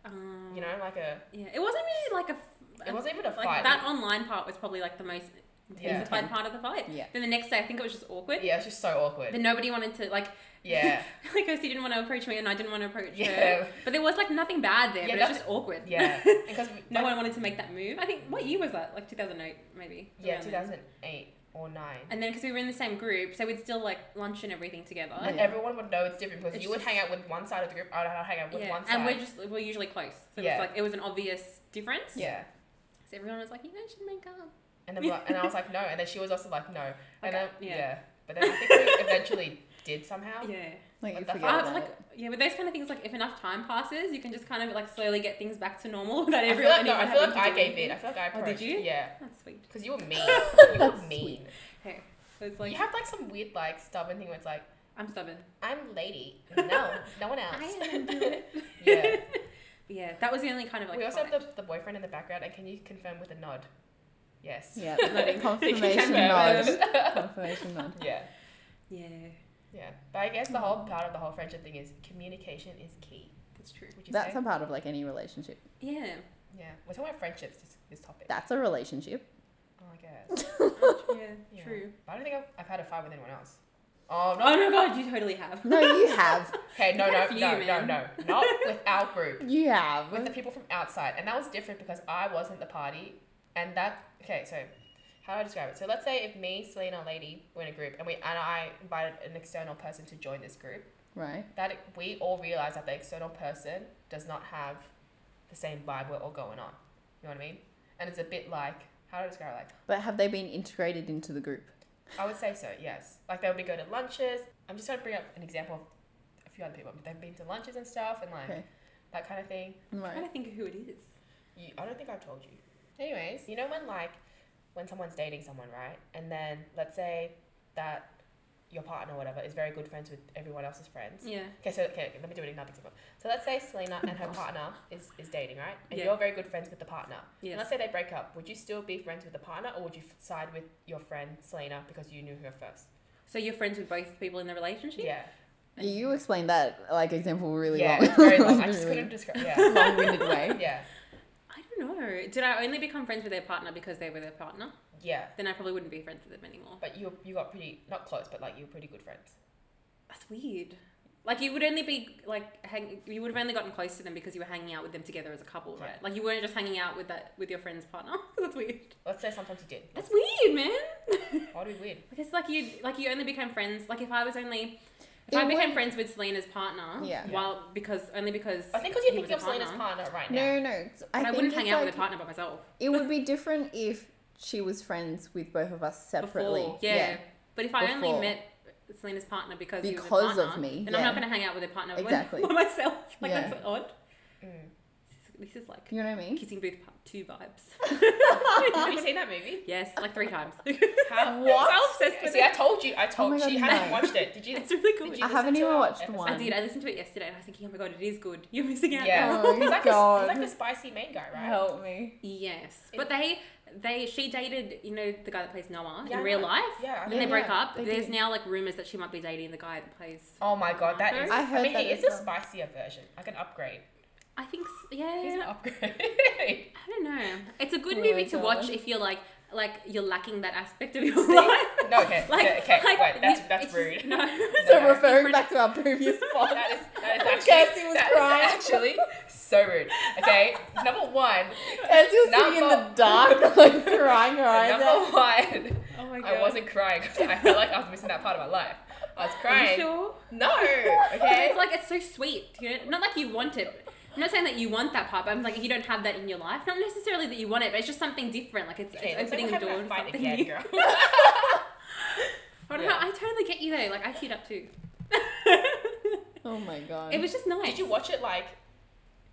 Speaker 3: Um,
Speaker 2: you know, like a
Speaker 3: Yeah, it wasn't really like a. f-
Speaker 2: It wasn't even a
Speaker 3: Mm. like,
Speaker 2: fight.
Speaker 3: That online part was probably like the most intensified
Speaker 1: Yeah.
Speaker 3: part of the fight.
Speaker 1: Yeah.
Speaker 3: Then the next day, I think it was just awkward.
Speaker 2: yeah, it's just so awkward.
Speaker 3: Then nobody wanted to like
Speaker 2: Yeah,
Speaker 3: like Kirsty didn't want to approach me and I didn't want to approach her.
Speaker 2: yeah,
Speaker 3: But there was like nothing bad there,
Speaker 2: Yeah,
Speaker 3: but it was
Speaker 2: that-
Speaker 3: just awkward.
Speaker 2: yeah, because
Speaker 3: no one wanted to make that move. I think what year was that? Like 2008 maybe.
Speaker 2: yeah,
Speaker 3: around
Speaker 2: two
Speaker 3: then.
Speaker 2: thousand eight or nine.
Speaker 3: And then because we were in the same group, so we'd still like lunch and everything together.
Speaker 1: Yeah.
Speaker 2: And everyone would know it's different because
Speaker 3: It's
Speaker 2: you would
Speaker 3: just-
Speaker 2: hang out with one side of the group, I would hang out with
Speaker 3: Yeah.
Speaker 2: one side.
Speaker 3: and we're just we're usually close, so
Speaker 2: Yeah.
Speaker 3: it was like it was an obvious difference.
Speaker 2: yeah.
Speaker 3: So everyone was like, you guys should make up.
Speaker 2: And then we're like- and I was like, no. And then she was also like, no. And
Speaker 3: Okay,
Speaker 2: then, yeah.
Speaker 3: yeah.
Speaker 2: But then I think we eventually did somehow.
Speaker 3: Yeah.
Speaker 1: Like you
Speaker 2: What the
Speaker 1: forget
Speaker 2: Yeah,
Speaker 3: Uh,
Speaker 1: about
Speaker 3: like
Speaker 1: it.
Speaker 3: yeah, with those kind of things, like if enough time passes, you can just kind of like slowly get things back to normal. That
Speaker 2: I feel
Speaker 3: everyone.
Speaker 2: like, no, I
Speaker 3: anyone
Speaker 2: feel
Speaker 3: having
Speaker 2: like I
Speaker 3: to do
Speaker 2: gave in. I
Speaker 3: anything.
Speaker 2: feel like I
Speaker 3: Oh, did
Speaker 2: approached.
Speaker 3: you?
Speaker 2: Yeah.
Speaker 3: That's sweet.
Speaker 2: Because you were mean. You were
Speaker 1: That's
Speaker 2: mean.
Speaker 3: Hey, so it's like
Speaker 2: you have like some weird like stubborn thing where it's like,
Speaker 3: I'm stubborn.
Speaker 2: I'm lady. No, no one else.
Speaker 3: I am doing
Speaker 2: yeah.
Speaker 3: Yeah, that was the only kind of like.
Speaker 2: we also have
Speaker 3: fight.
Speaker 2: the, the boyfriend in the background. And can you confirm with a nod? Yes.
Speaker 1: Yeah,
Speaker 3: Nodding.
Speaker 1: confirmation
Speaker 3: Confirm.
Speaker 1: nod. Confirmation nod.
Speaker 2: Yeah.
Speaker 3: Yeah,
Speaker 2: Yeah. But I guess the whole
Speaker 3: Mm.
Speaker 2: part of the whole friendship thing is communication is key.
Speaker 3: that's true.
Speaker 2: Would you
Speaker 1: That's
Speaker 2: say?
Speaker 1: a part of like any relationship.
Speaker 3: Yeah.
Speaker 2: yeah. We're talking about friendships this, this topic.
Speaker 1: That's a relationship.
Speaker 2: Oh, I guess.
Speaker 3: yeah,
Speaker 2: Yeah.
Speaker 3: true.
Speaker 2: But I don't think I've, I've had a fight with anyone else. Oh
Speaker 3: Oh
Speaker 2: no.
Speaker 3: my god, you totally have.
Speaker 1: No, you have.
Speaker 2: Okay, no,
Speaker 3: You've
Speaker 2: no,
Speaker 3: had a few,
Speaker 2: no, no,
Speaker 3: man.
Speaker 2: no, not with our group.
Speaker 1: You have.
Speaker 2: With the people from outside, and that was different because I wasn't the party, and that. Okay, so how do I describe it? So let's say if me, Selena, Lady, were in a group, and we and I invited an external person to join this group,
Speaker 1: Right.
Speaker 2: that we all realize that the external person does not have the same vibe we're all going on. You know what I mean? And it's a bit like how do I describe it? Like
Speaker 1: But have they been integrated into the group?
Speaker 2: I would say so, yes. Like they would be going to lunches. I'm just trying to bring up an example of a few other people. They've been to lunches and stuff and like
Speaker 1: Okay.
Speaker 2: that kind of thing.
Speaker 3: I'm trying
Speaker 1: Right.
Speaker 3: to think of who it is.
Speaker 2: You, I don't think I've told you. Anyways, you know when like when someone's dating someone, right? And then let's say that your partner or whatever is very good friends with everyone else's friends.
Speaker 3: Yeah.
Speaker 2: Okay, so okay, let me do it another example. So let's say Selena and her partner is, is dating, right? And
Speaker 3: Yeah.
Speaker 2: you're very good friends with the partner. And
Speaker 3: Yes.
Speaker 2: let's say they break up. Would you still be friends with the partner or would you f- side with your friend Selena because you knew her first?
Speaker 3: So you're friends with both people in the relationship.
Speaker 2: Yeah.
Speaker 1: You- You explained that like example really
Speaker 2: yeah,
Speaker 1: well.
Speaker 2: it's very long. I
Speaker 1: Like,
Speaker 2: just
Speaker 1: really
Speaker 2: couldn't describe. Yeah,
Speaker 1: long-winded way.
Speaker 2: yeah,
Speaker 3: I don't know. Did I only become friends with their partner because they were their partner?
Speaker 2: yeah.
Speaker 3: Then I probably wouldn't be friends with them anymore.
Speaker 2: But you you got pretty not close, but like you were pretty good friends.
Speaker 3: That's weird. Like you would only be like hang, you would have only gotten close to them because you were hanging out with them together as a couple,
Speaker 2: Yeah.
Speaker 3: right? Like you weren't just hanging out with that with your friend's partner. That's weird.
Speaker 2: Let's say sometimes you did.
Speaker 3: That's weird, man.
Speaker 2: Why would we weird?
Speaker 3: Like it's like you like you only became friends. Like if I was only if
Speaker 1: It
Speaker 3: I became
Speaker 1: would-
Speaker 3: friends with Selena's partner,
Speaker 1: Yeah.
Speaker 2: Yeah.
Speaker 3: while because only because
Speaker 2: I think because you're
Speaker 3: he
Speaker 2: thinking of
Speaker 3: was a
Speaker 2: Selena's partner right now.
Speaker 1: No, no. it's- I,
Speaker 3: I,
Speaker 1: think
Speaker 3: wouldn't hang
Speaker 1: it's
Speaker 3: out
Speaker 1: like-
Speaker 3: with a partner by myself
Speaker 1: It would be different if she was friends with both of us separately.
Speaker 3: before. Yeah. but if I
Speaker 1: Before.
Speaker 3: only met Selena's partner because he was a
Speaker 1: Because of
Speaker 3: partner,
Speaker 1: me,
Speaker 3: then I'm not
Speaker 1: yeah.
Speaker 3: going to hang out with a partner
Speaker 1: Exactly.
Speaker 3: exactly by myself. Like
Speaker 1: Yeah.
Speaker 3: that's odd.
Speaker 2: Mm.
Speaker 3: This is like
Speaker 1: You know what I mean?
Speaker 3: kissing booth part two vibes.
Speaker 2: Have you seen that movie?
Speaker 3: Yes, like three times.
Speaker 2: How?
Speaker 1: What? Oh
Speaker 2: So obsessed with See, I told you. I told
Speaker 1: my God,
Speaker 2: she hadn't
Speaker 1: no.
Speaker 2: watched it. Did you?
Speaker 3: it's really good.
Speaker 2: Did you
Speaker 1: I haven't
Speaker 2: listen to
Speaker 1: even
Speaker 2: our
Speaker 1: watched
Speaker 2: episode?
Speaker 1: one.
Speaker 3: I did. I listened to it yesterday and I was thinking, oh my god, it is good. You're missing out.
Speaker 2: Yeah.
Speaker 1: Oh,
Speaker 2: He's like, a,
Speaker 1: God.
Speaker 2: he's like a spicy main guy, right?
Speaker 1: Help me.
Speaker 3: Yes,
Speaker 2: It-
Speaker 3: but they they she dated you know the guy that plays Noah
Speaker 2: Yeah, I
Speaker 3: in real
Speaker 2: know.
Speaker 3: life.
Speaker 2: Yeah. I
Speaker 3: And
Speaker 2: know.
Speaker 3: they
Speaker 1: Yeah,
Speaker 3: broke
Speaker 1: yeah,
Speaker 3: up.
Speaker 1: they
Speaker 3: There's
Speaker 1: did.
Speaker 3: now like rumors that she might be dating the guy that plays.
Speaker 2: Oh my god, that is.
Speaker 3: I
Speaker 1: heard
Speaker 2: mean,
Speaker 1: that
Speaker 2: he
Speaker 1: as
Speaker 2: is a
Speaker 1: well.
Speaker 2: spicy a version, like an upgrade.
Speaker 3: I think s-
Speaker 2: He's an
Speaker 3: yeah.
Speaker 2: upgrade.
Speaker 3: I don't know. It's a good
Speaker 1: Oh my
Speaker 3: movie to
Speaker 1: God.
Speaker 3: watch if you're like like you're lacking that aspect of your
Speaker 2: See?
Speaker 3: life.
Speaker 2: no, okay,
Speaker 3: Like,
Speaker 2: okay, okay,
Speaker 3: like,
Speaker 2: wait, that's
Speaker 3: you-
Speaker 2: that's
Speaker 3: it's just-
Speaker 2: rude.
Speaker 3: no.
Speaker 1: So
Speaker 2: No.
Speaker 1: referring back to our previous pod.
Speaker 2: That is, that is actually,
Speaker 1: Kirsty was
Speaker 2: that is
Speaker 1: crying.
Speaker 2: actually so rude. Okay, number one,
Speaker 1: As you're sitting in the
Speaker 2: Number-
Speaker 1: dark, like crying her eyes
Speaker 2: number
Speaker 1: out.
Speaker 2: one,
Speaker 3: Oh my god.
Speaker 2: I wasn't crying because I felt like I was missing that part of my life. I was
Speaker 3: Are you
Speaker 2: crying.
Speaker 3: sure?
Speaker 2: No,
Speaker 3: But
Speaker 2: okay.
Speaker 3: it's like it's so sweet. You know, not like you want it. I'm not saying that you want that part, but I'm like if you don't have that in your life, not necessarily that you want it, but it's just something different. Like it's,
Speaker 2: Okay,
Speaker 3: it's
Speaker 2: let's not
Speaker 3: opening the
Speaker 2: have
Speaker 3: door
Speaker 2: that
Speaker 3: to
Speaker 2: fight
Speaker 3: something
Speaker 2: again,
Speaker 3: new.
Speaker 2: girl.
Speaker 3: But
Speaker 2: Yeah.
Speaker 3: I, I totally get you though. Like I teared up too.
Speaker 1: Oh my god.
Speaker 3: It was just nice.
Speaker 2: Did you watch it like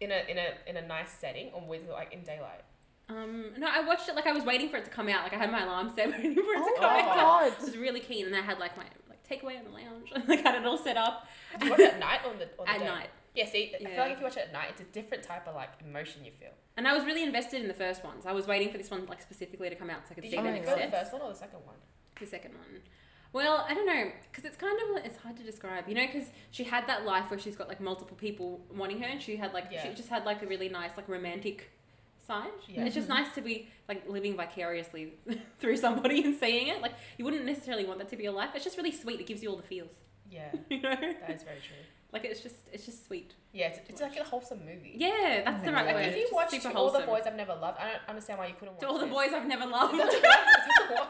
Speaker 2: in a in a in a nice setting or was it like in daylight?
Speaker 3: Um, no, I watched it like I was waiting for it to come out. Like I had my alarm set waiting for it
Speaker 1: oh
Speaker 3: to come
Speaker 1: my
Speaker 2: comic.
Speaker 3: out.
Speaker 1: god.
Speaker 3: I was really keen, and I had like my like takeaway in the lounge. like had it all set up
Speaker 2: Did you watch it at night or on the, on the
Speaker 3: at
Speaker 2: day?
Speaker 3: night.
Speaker 2: Yeah, see, I feel
Speaker 3: Yeah.
Speaker 2: like if you watch it at night, it's a different type of like emotion you feel.
Speaker 3: And I was really invested in the first one, so I was waiting for this one like specifically to come out so I could
Speaker 2: Did
Speaker 3: see
Speaker 2: you
Speaker 3: the
Speaker 1: Oh
Speaker 2: really
Speaker 1: my
Speaker 3: next
Speaker 2: feel the
Speaker 1: God.
Speaker 3: steps.
Speaker 2: first one or the second one?
Speaker 3: The second one. Well, I don't know, because it's kind of it's hard to describe, you know, because she had that life where she's got like multiple people wanting her, and she had like
Speaker 2: Yeah.
Speaker 3: she just had like a really nice like romantic side.
Speaker 2: Yeah. Mm-hmm.
Speaker 3: It's just
Speaker 1: Mhm.
Speaker 3: nice to be like living vicariously through somebody and seeing it. Like you wouldn't necessarily want that to be your life. It's just really sweet. It gives you all the feels,
Speaker 2: Yeah,
Speaker 3: you know.
Speaker 2: that is very true.
Speaker 3: Like it's just it's just sweet.
Speaker 2: Yeah, it's, it's like a wholesome movie.
Speaker 3: Yeah, that's the right
Speaker 2: Like
Speaker 3: word.
Speaker 2: if you
Speaker 3: Just
Speaker 2: watch
Speaker 3: super
Speaker 2: all the
Speaker 3: wholesome.
Speaker 2: boys I've never loved, I don't understand why you couldn't watch
Speaker 3: to all the
Speaker 2: this.
Speaker 3: boys I've never loved.
Speaker 2: Is that the one? Is that the one?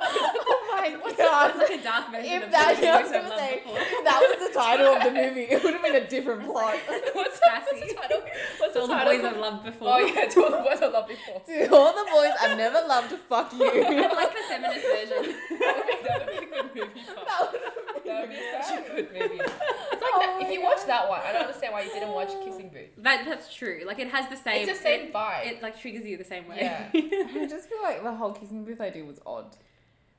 Speaker 1: Oh my
Speaker 2: What's
Speaker 1: god.
Speaker 3: It's like a dark version
Speaker 1: If
Speaker 3: of
Speaker 1: that-
Speaker 3: all the
Speaker 1: yeah, I was
Speaker 3: boys I've
Speaker 1: gonna
Speaker 3: loved
Speaker 1: say.
Speaker 3: before.
Speaker 1: If that was the title of the movie, it would have been a different plot.
Speaker 3: What's
Speaker 2: What's
Speaker 3: sassy?
Speaker 2: the title? What's
Speaker 3: It's all the
Speaker 2: title?
Speaker 3: boys I've loved before.
Speaker 2: Oh yeah, to all the boys I loved before.
Speaker 1: To all the boys I've never loved, fuck you.
Speaker 3: I like the feminist version.
Speaker 2: that would be a good movie. But
Speaker 1: That would
Speaker 2: that would be such a good movie. It's like that, if you
Speaker 1: watch
Speaker 2: watch that one, I don't understand why you didn't watch Kissing Booth.
Speaker 3: That that's true. Like it has the same.
Speaker 2: It's the same vibe.
Speaker 3: It, it, like triggers you the same way.
Speaker 2: Yeah.
Speaker 1: I just feel like the whole kissing booth idea was odd.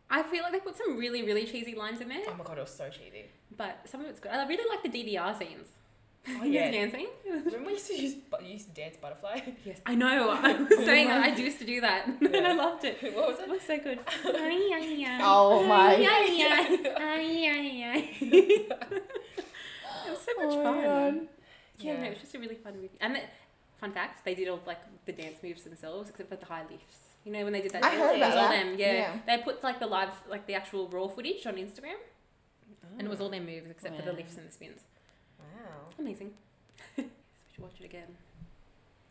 Speaker 3: I feel like they put some really really cheesy lines in there,
Speaker 2: oh my god, it was so cheesy.
Speaker 3: but some of it's good. I really like the DDR scenes.
Speaker 2: Oh
Speaker 3: You know, the
Speaker 2: yeah.
Speaker 3: dancing.
Speaker 2: Remember we used to use bu- you used to dance butterfly.
Speaker 3: Yes, I know. I was saying that I used to do that, and I
Speaker 2: Yeah.
Speaker 3: loved it.
Speaker 2: what was
Speaker 3: It
Speaker 2: it?
Speaker 3: was so good. oh
Speaker 1: Oh my-
Speaker 3: it was so much
Speaker 1: Oh my
Speaker 3: fun.
Speaker 1: God.
Speaker 3: Yeah, no,
Speaker 2: Yeah.
Speaker 3: it was just a really fun movie. And it, fun fact, they did all like the dance moves themselves, except for the high lifts. You know when they did that,
Speaker 1: I
Speaker 3: dance,
Speaker 1: heard
Speaker 3: it was
Speaker 1: about
Speaker 3: all
Speaker 1: that.
Speaker 3: them. Yeah.
Speaker 1: Yeah.
Speaker 3: they put like the live, like the actual raw footage on Instagram, and it was
Speaker 1: Mm.
Speaker 3: all their moves except for the
Speaker 1: Wow.
Speaker 3: lifts and the spins.
Speaker 2: Wow.
Speaker 3: Amazing. we should watch it again.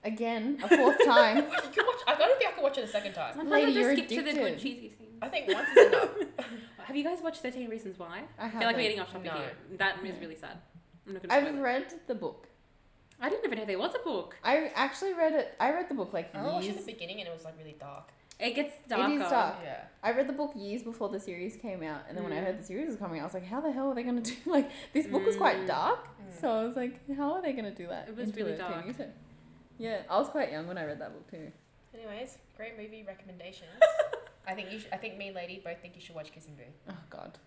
Speaker 1: Again, a fourth time.
Speaker 2: You could watch. I don't think I could watch it a second time.
Speaker 3: Sometimes
Speaker 1: Lady,
Speaker 3: I just
Speaker 1: you're
Speaker 3: skip to the good
Speaker 1: addicted.
Speaker 3: cheesy scenes.
Speaker 2: I think once is enough.
Speaker 3: Have you guys watched Thirteen Reasons Why?
Speaker 1: I
Speaker 3: I feel like we're
Speaker 1: haven't.
Speaker 3: getting off topic
Speaker 2: No.
Speaker 3: here. That is
Speaker 1: No.
Speaker 3: really sad. I'm not gonna. Spoil
Speaker 1: I've
Speaker 3: it.
Speaker 1: read the book.
Speaker 3: I didn't even know there was a book.
Speaker 1: I actually read it. I read the book like
Speaker 2: Oh, I watched it at
Speaker 1: years.
Speaker 2: the beginning and it was like really dark.
Speaker 3: It gets darker.
Speaker 1: dark.
Speaker 2: Yeah.
Speaker 1: I read the book years before the series came out, and then when I
Speaker 3: Mm.
Speaker 1: heard the series was coming, I was like, "How the hell are they going to do like this book was quite
Speaker 3: Mm.
Speaker 1: dark?"
Speaker 2: Mm.
Speaker 1: So I was like, "How are they going to do that?"
Speaker 3: It was
Speaker 1: into
Speaker 3: really
Speaker 1: a TV
Speaker 3: dark.
Speaker 1: show? Yeah, I was quite young when I read that book too.
Speaker 2: Anyways, great movie recommendations. I think you should, I think me and Lady both think you should watch Kissing Booth.
Speaker 1: Oh God,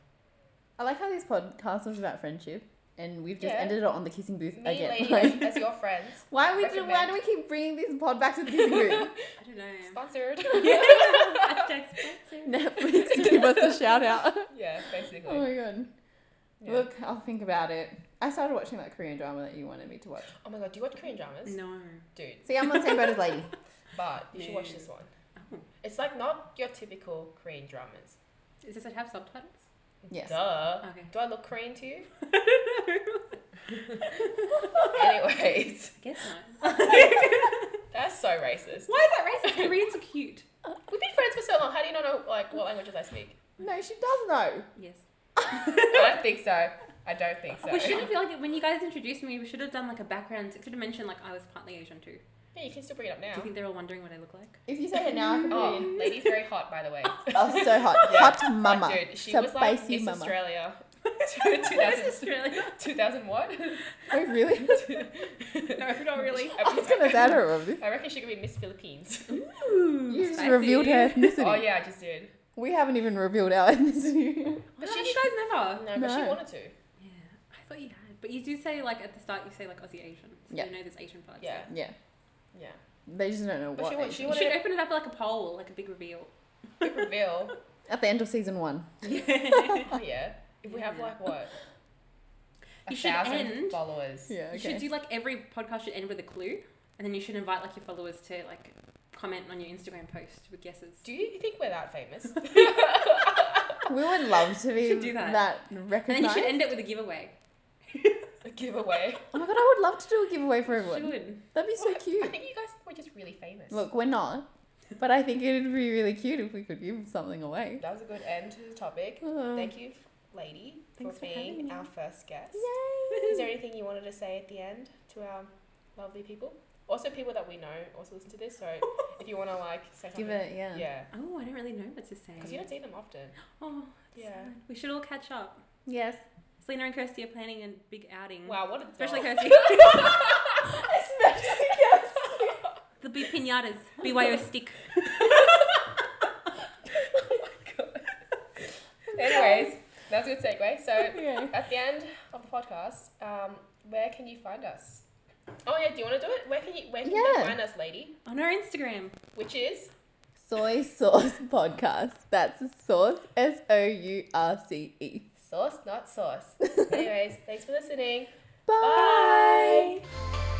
Speaker 1: I like how this podcast was about friendship, and we've just
Speaker 2: Yeah.
Speaker 1: ended it on the kissing booth
Speaker 2: Me
Speaker 1: again.
Speaker 2: and Lady
Speaker 1: Like,
Speaker 2: as your friends.
Speaker 1: why we do, why
Speaker 2: recommend.
Speaker 1: do we keep bringing this pod back to the kissing booth?
Speaker 3: I don't know.
Speaker 2: Sponsored.
Speaker 3: Hashtag sponsored.
Speaker 1: Netflix, give us a shout out.
Speaker 2: yeah, basically.
Speaker 1: Oh my God,
Speaker 2: Yeah.
Speaker 1: look, I'll think about it. I started watching that Korean drama that you wanted me to watch.
Speaker 2: Oh my god, do you watch Korean dramas?
Speaker 3: No.
Speaker 2: Dude,
Speaker 1: See, I'm on the same boat as Lady.
Speaker 2: but you should watch
Speaker 3: No.
Speaker 2: this one.
Speaker 3: Oh.
Speaker 2: It's like not your typical Korean dramas.
Speaker 3: Is this it have subtitles?
Speaker 1: Yes. Uh.
Speaker 2: Duh.
Speaker 3: Okay.
Speaker 2: Do I look Korean to you?
Speaker 3: I
Speaker 2: Anyways,
Speaker 3: guess not.
Speaker 2: that's so racist.
Speaker 3: Why is that racist? Koreans are cute.
Speaker 2: We've been friends for so long. How do you not know like what languages I speak?
Speaker 1: No, she does know.
Speaker 3: Yes.
Speaker 2: I don't think so. I don't think so.
Speaker 3: We should have like when you guys introduced me, we should have done like a background. It should have mentioned like I was partly Asian too.
Speaker 2: Yeah, you can still bring it up
Speaker 3: Do you
Speaker 2: now.
Speaker 3: think they're all wondering what I look like?
Speaker 1: If you say it now, I can do it.
Speaker 2: Oh, lady's very hot, by the way.
Speaker 1: Oh, so hot.
Speaker 2: Yeah.
Speaker 1: Hot mama.
Speaker 2: Like, dude, she was like
Speaker 1: Spicy
Speaker 2: Miss
Speaker 1: mama.
Speaker 2: Australia.
Speaker 3: That's
Speaker 2: 2000,
Speaker 3: Australia.
Speaker 2: 2000 what?
Speaker 1: Oh, really?
Speaker 3: No, not really.
Speaker 1: I was going to say her of this.
Speaker 2: I reckon she could be Miss Philippines.
Speaker 3: Ooh,
Speaker 1: You just
Speaker 3: spicy.
Speaker 1: revealed her ethnicity.
Speaker 2: oh yeah, I just did.
Speaker 1: We haven't even revealed our ethnicity.
Speaker 3: But
Speaker 2: But
Speaker 3: she,
Speaker 2: she-
Speaker 3: you guys never.
Speaker 2: No, but she
Speaker 1: No.
Speaker 2: wanted to.
Speaker 3: Yeah, I thought you had, but you do say like at the start you say like Aussie Asian. So
Speaker 1: Yeah.
Speaker 3: You know there's Asian parts.
Speaker 2: Yeah,
Speaker 1: yeah.
Speaker 2: yeah.
Speaker 1: They just don't know
Speaker 2: But
Speaker 1: what.
Speaker 2: she wa-
Speaker 1: they-
Speaker 2: she
Speaker 3: You
Speaker 2: wa-
Speaker 3: should open it up like a poll, like a big reveal.
Speaker 2: Big reveal.
Speaker 1: At the end of season one.
Speaker 3: you
Speaker 2: Oh yeah. If we have
Speaker 3: Yeah.
Speaker 2: like what?
Speaker 3: You should end-
Speaker 2: followers.
Speaker 1: Yeah, okay.
Speaker 3: should do like every podcast should end with a clue, and then you should invite like your followers to like comment on your Instagram post with guesses.
Speaker 2: Do you think we're that famous?
Speaker 1: we would love to be
Speaker 3: Should do that. and then you
Speaker 1: recognized.
Speaker 3: should end it with a giveaway.
Speaker 2: A giveaway.
Speaker 1: oh my god, I would love to do a giveaway for
Speaker 3: She
Speaker 1: everyone.
Speaker 3: would.
Speaker 1: That'd be so
Speaker 2: What? I
Speaker 1: cute.
Speaker 2: think you guys were just really famous.
Speaker 1: Look, we're not, but I think it'd be really cute if we could give something away.
Speaker 2: That was a good end to the topic.
Speaker 1: Oh.
Speaker 2: Thank you, lady,
Speaker 3: Thanks for
Speaker 2: for being
Speaker 3: having me.
Speaker 2: our first guest.
Speaker 1: Yay!
Speaker 2: Is there anything you wanted to say at the end to our lovely people? Also, people that we know also listen to this. So if you want to like say something,
Speaker 1: Give it, yeah.
Speaker 2: yeah,
Speaker 3: Oh, I don't really know what to say.
Speaker 2: because you don't see them often.
Speaker 3: Oh, that's
Speaker 2: Yeah.
Speaker 3: sad. We should all catch up.
Speaker 1: Yes.
Speaker 3: Selena and Kirsty are planning a big outing.
Speaker 2: Mm. Wow, what a
Speaker 3: Especially
Speaker 2: dog.
Speaker 3: Kirsty.
Speaker 1: Especially Kirsty.
Speaker 3: There'll be pinatas, BYO stick.
Speaker 2: Anyways, that's a good segue. So
Speaker 1: Okay.
Speaker 2: at the end of the podcast, um, where can you find us? Oh yeah, do you want to do it? Where can you where can
Speaker 1: Yeah.
Speaker 2: they find us, lady?
Speaker 3: On our Instagram.
Speaker 2: Which is
Speaker 1: Soy Sauce Podcast. That's sauce, S O U R C E.
Speaker 2: sauce, not sauce. Anyways, thanks for listening.
Speaker 1: Bye.
Speaker 2: Bye.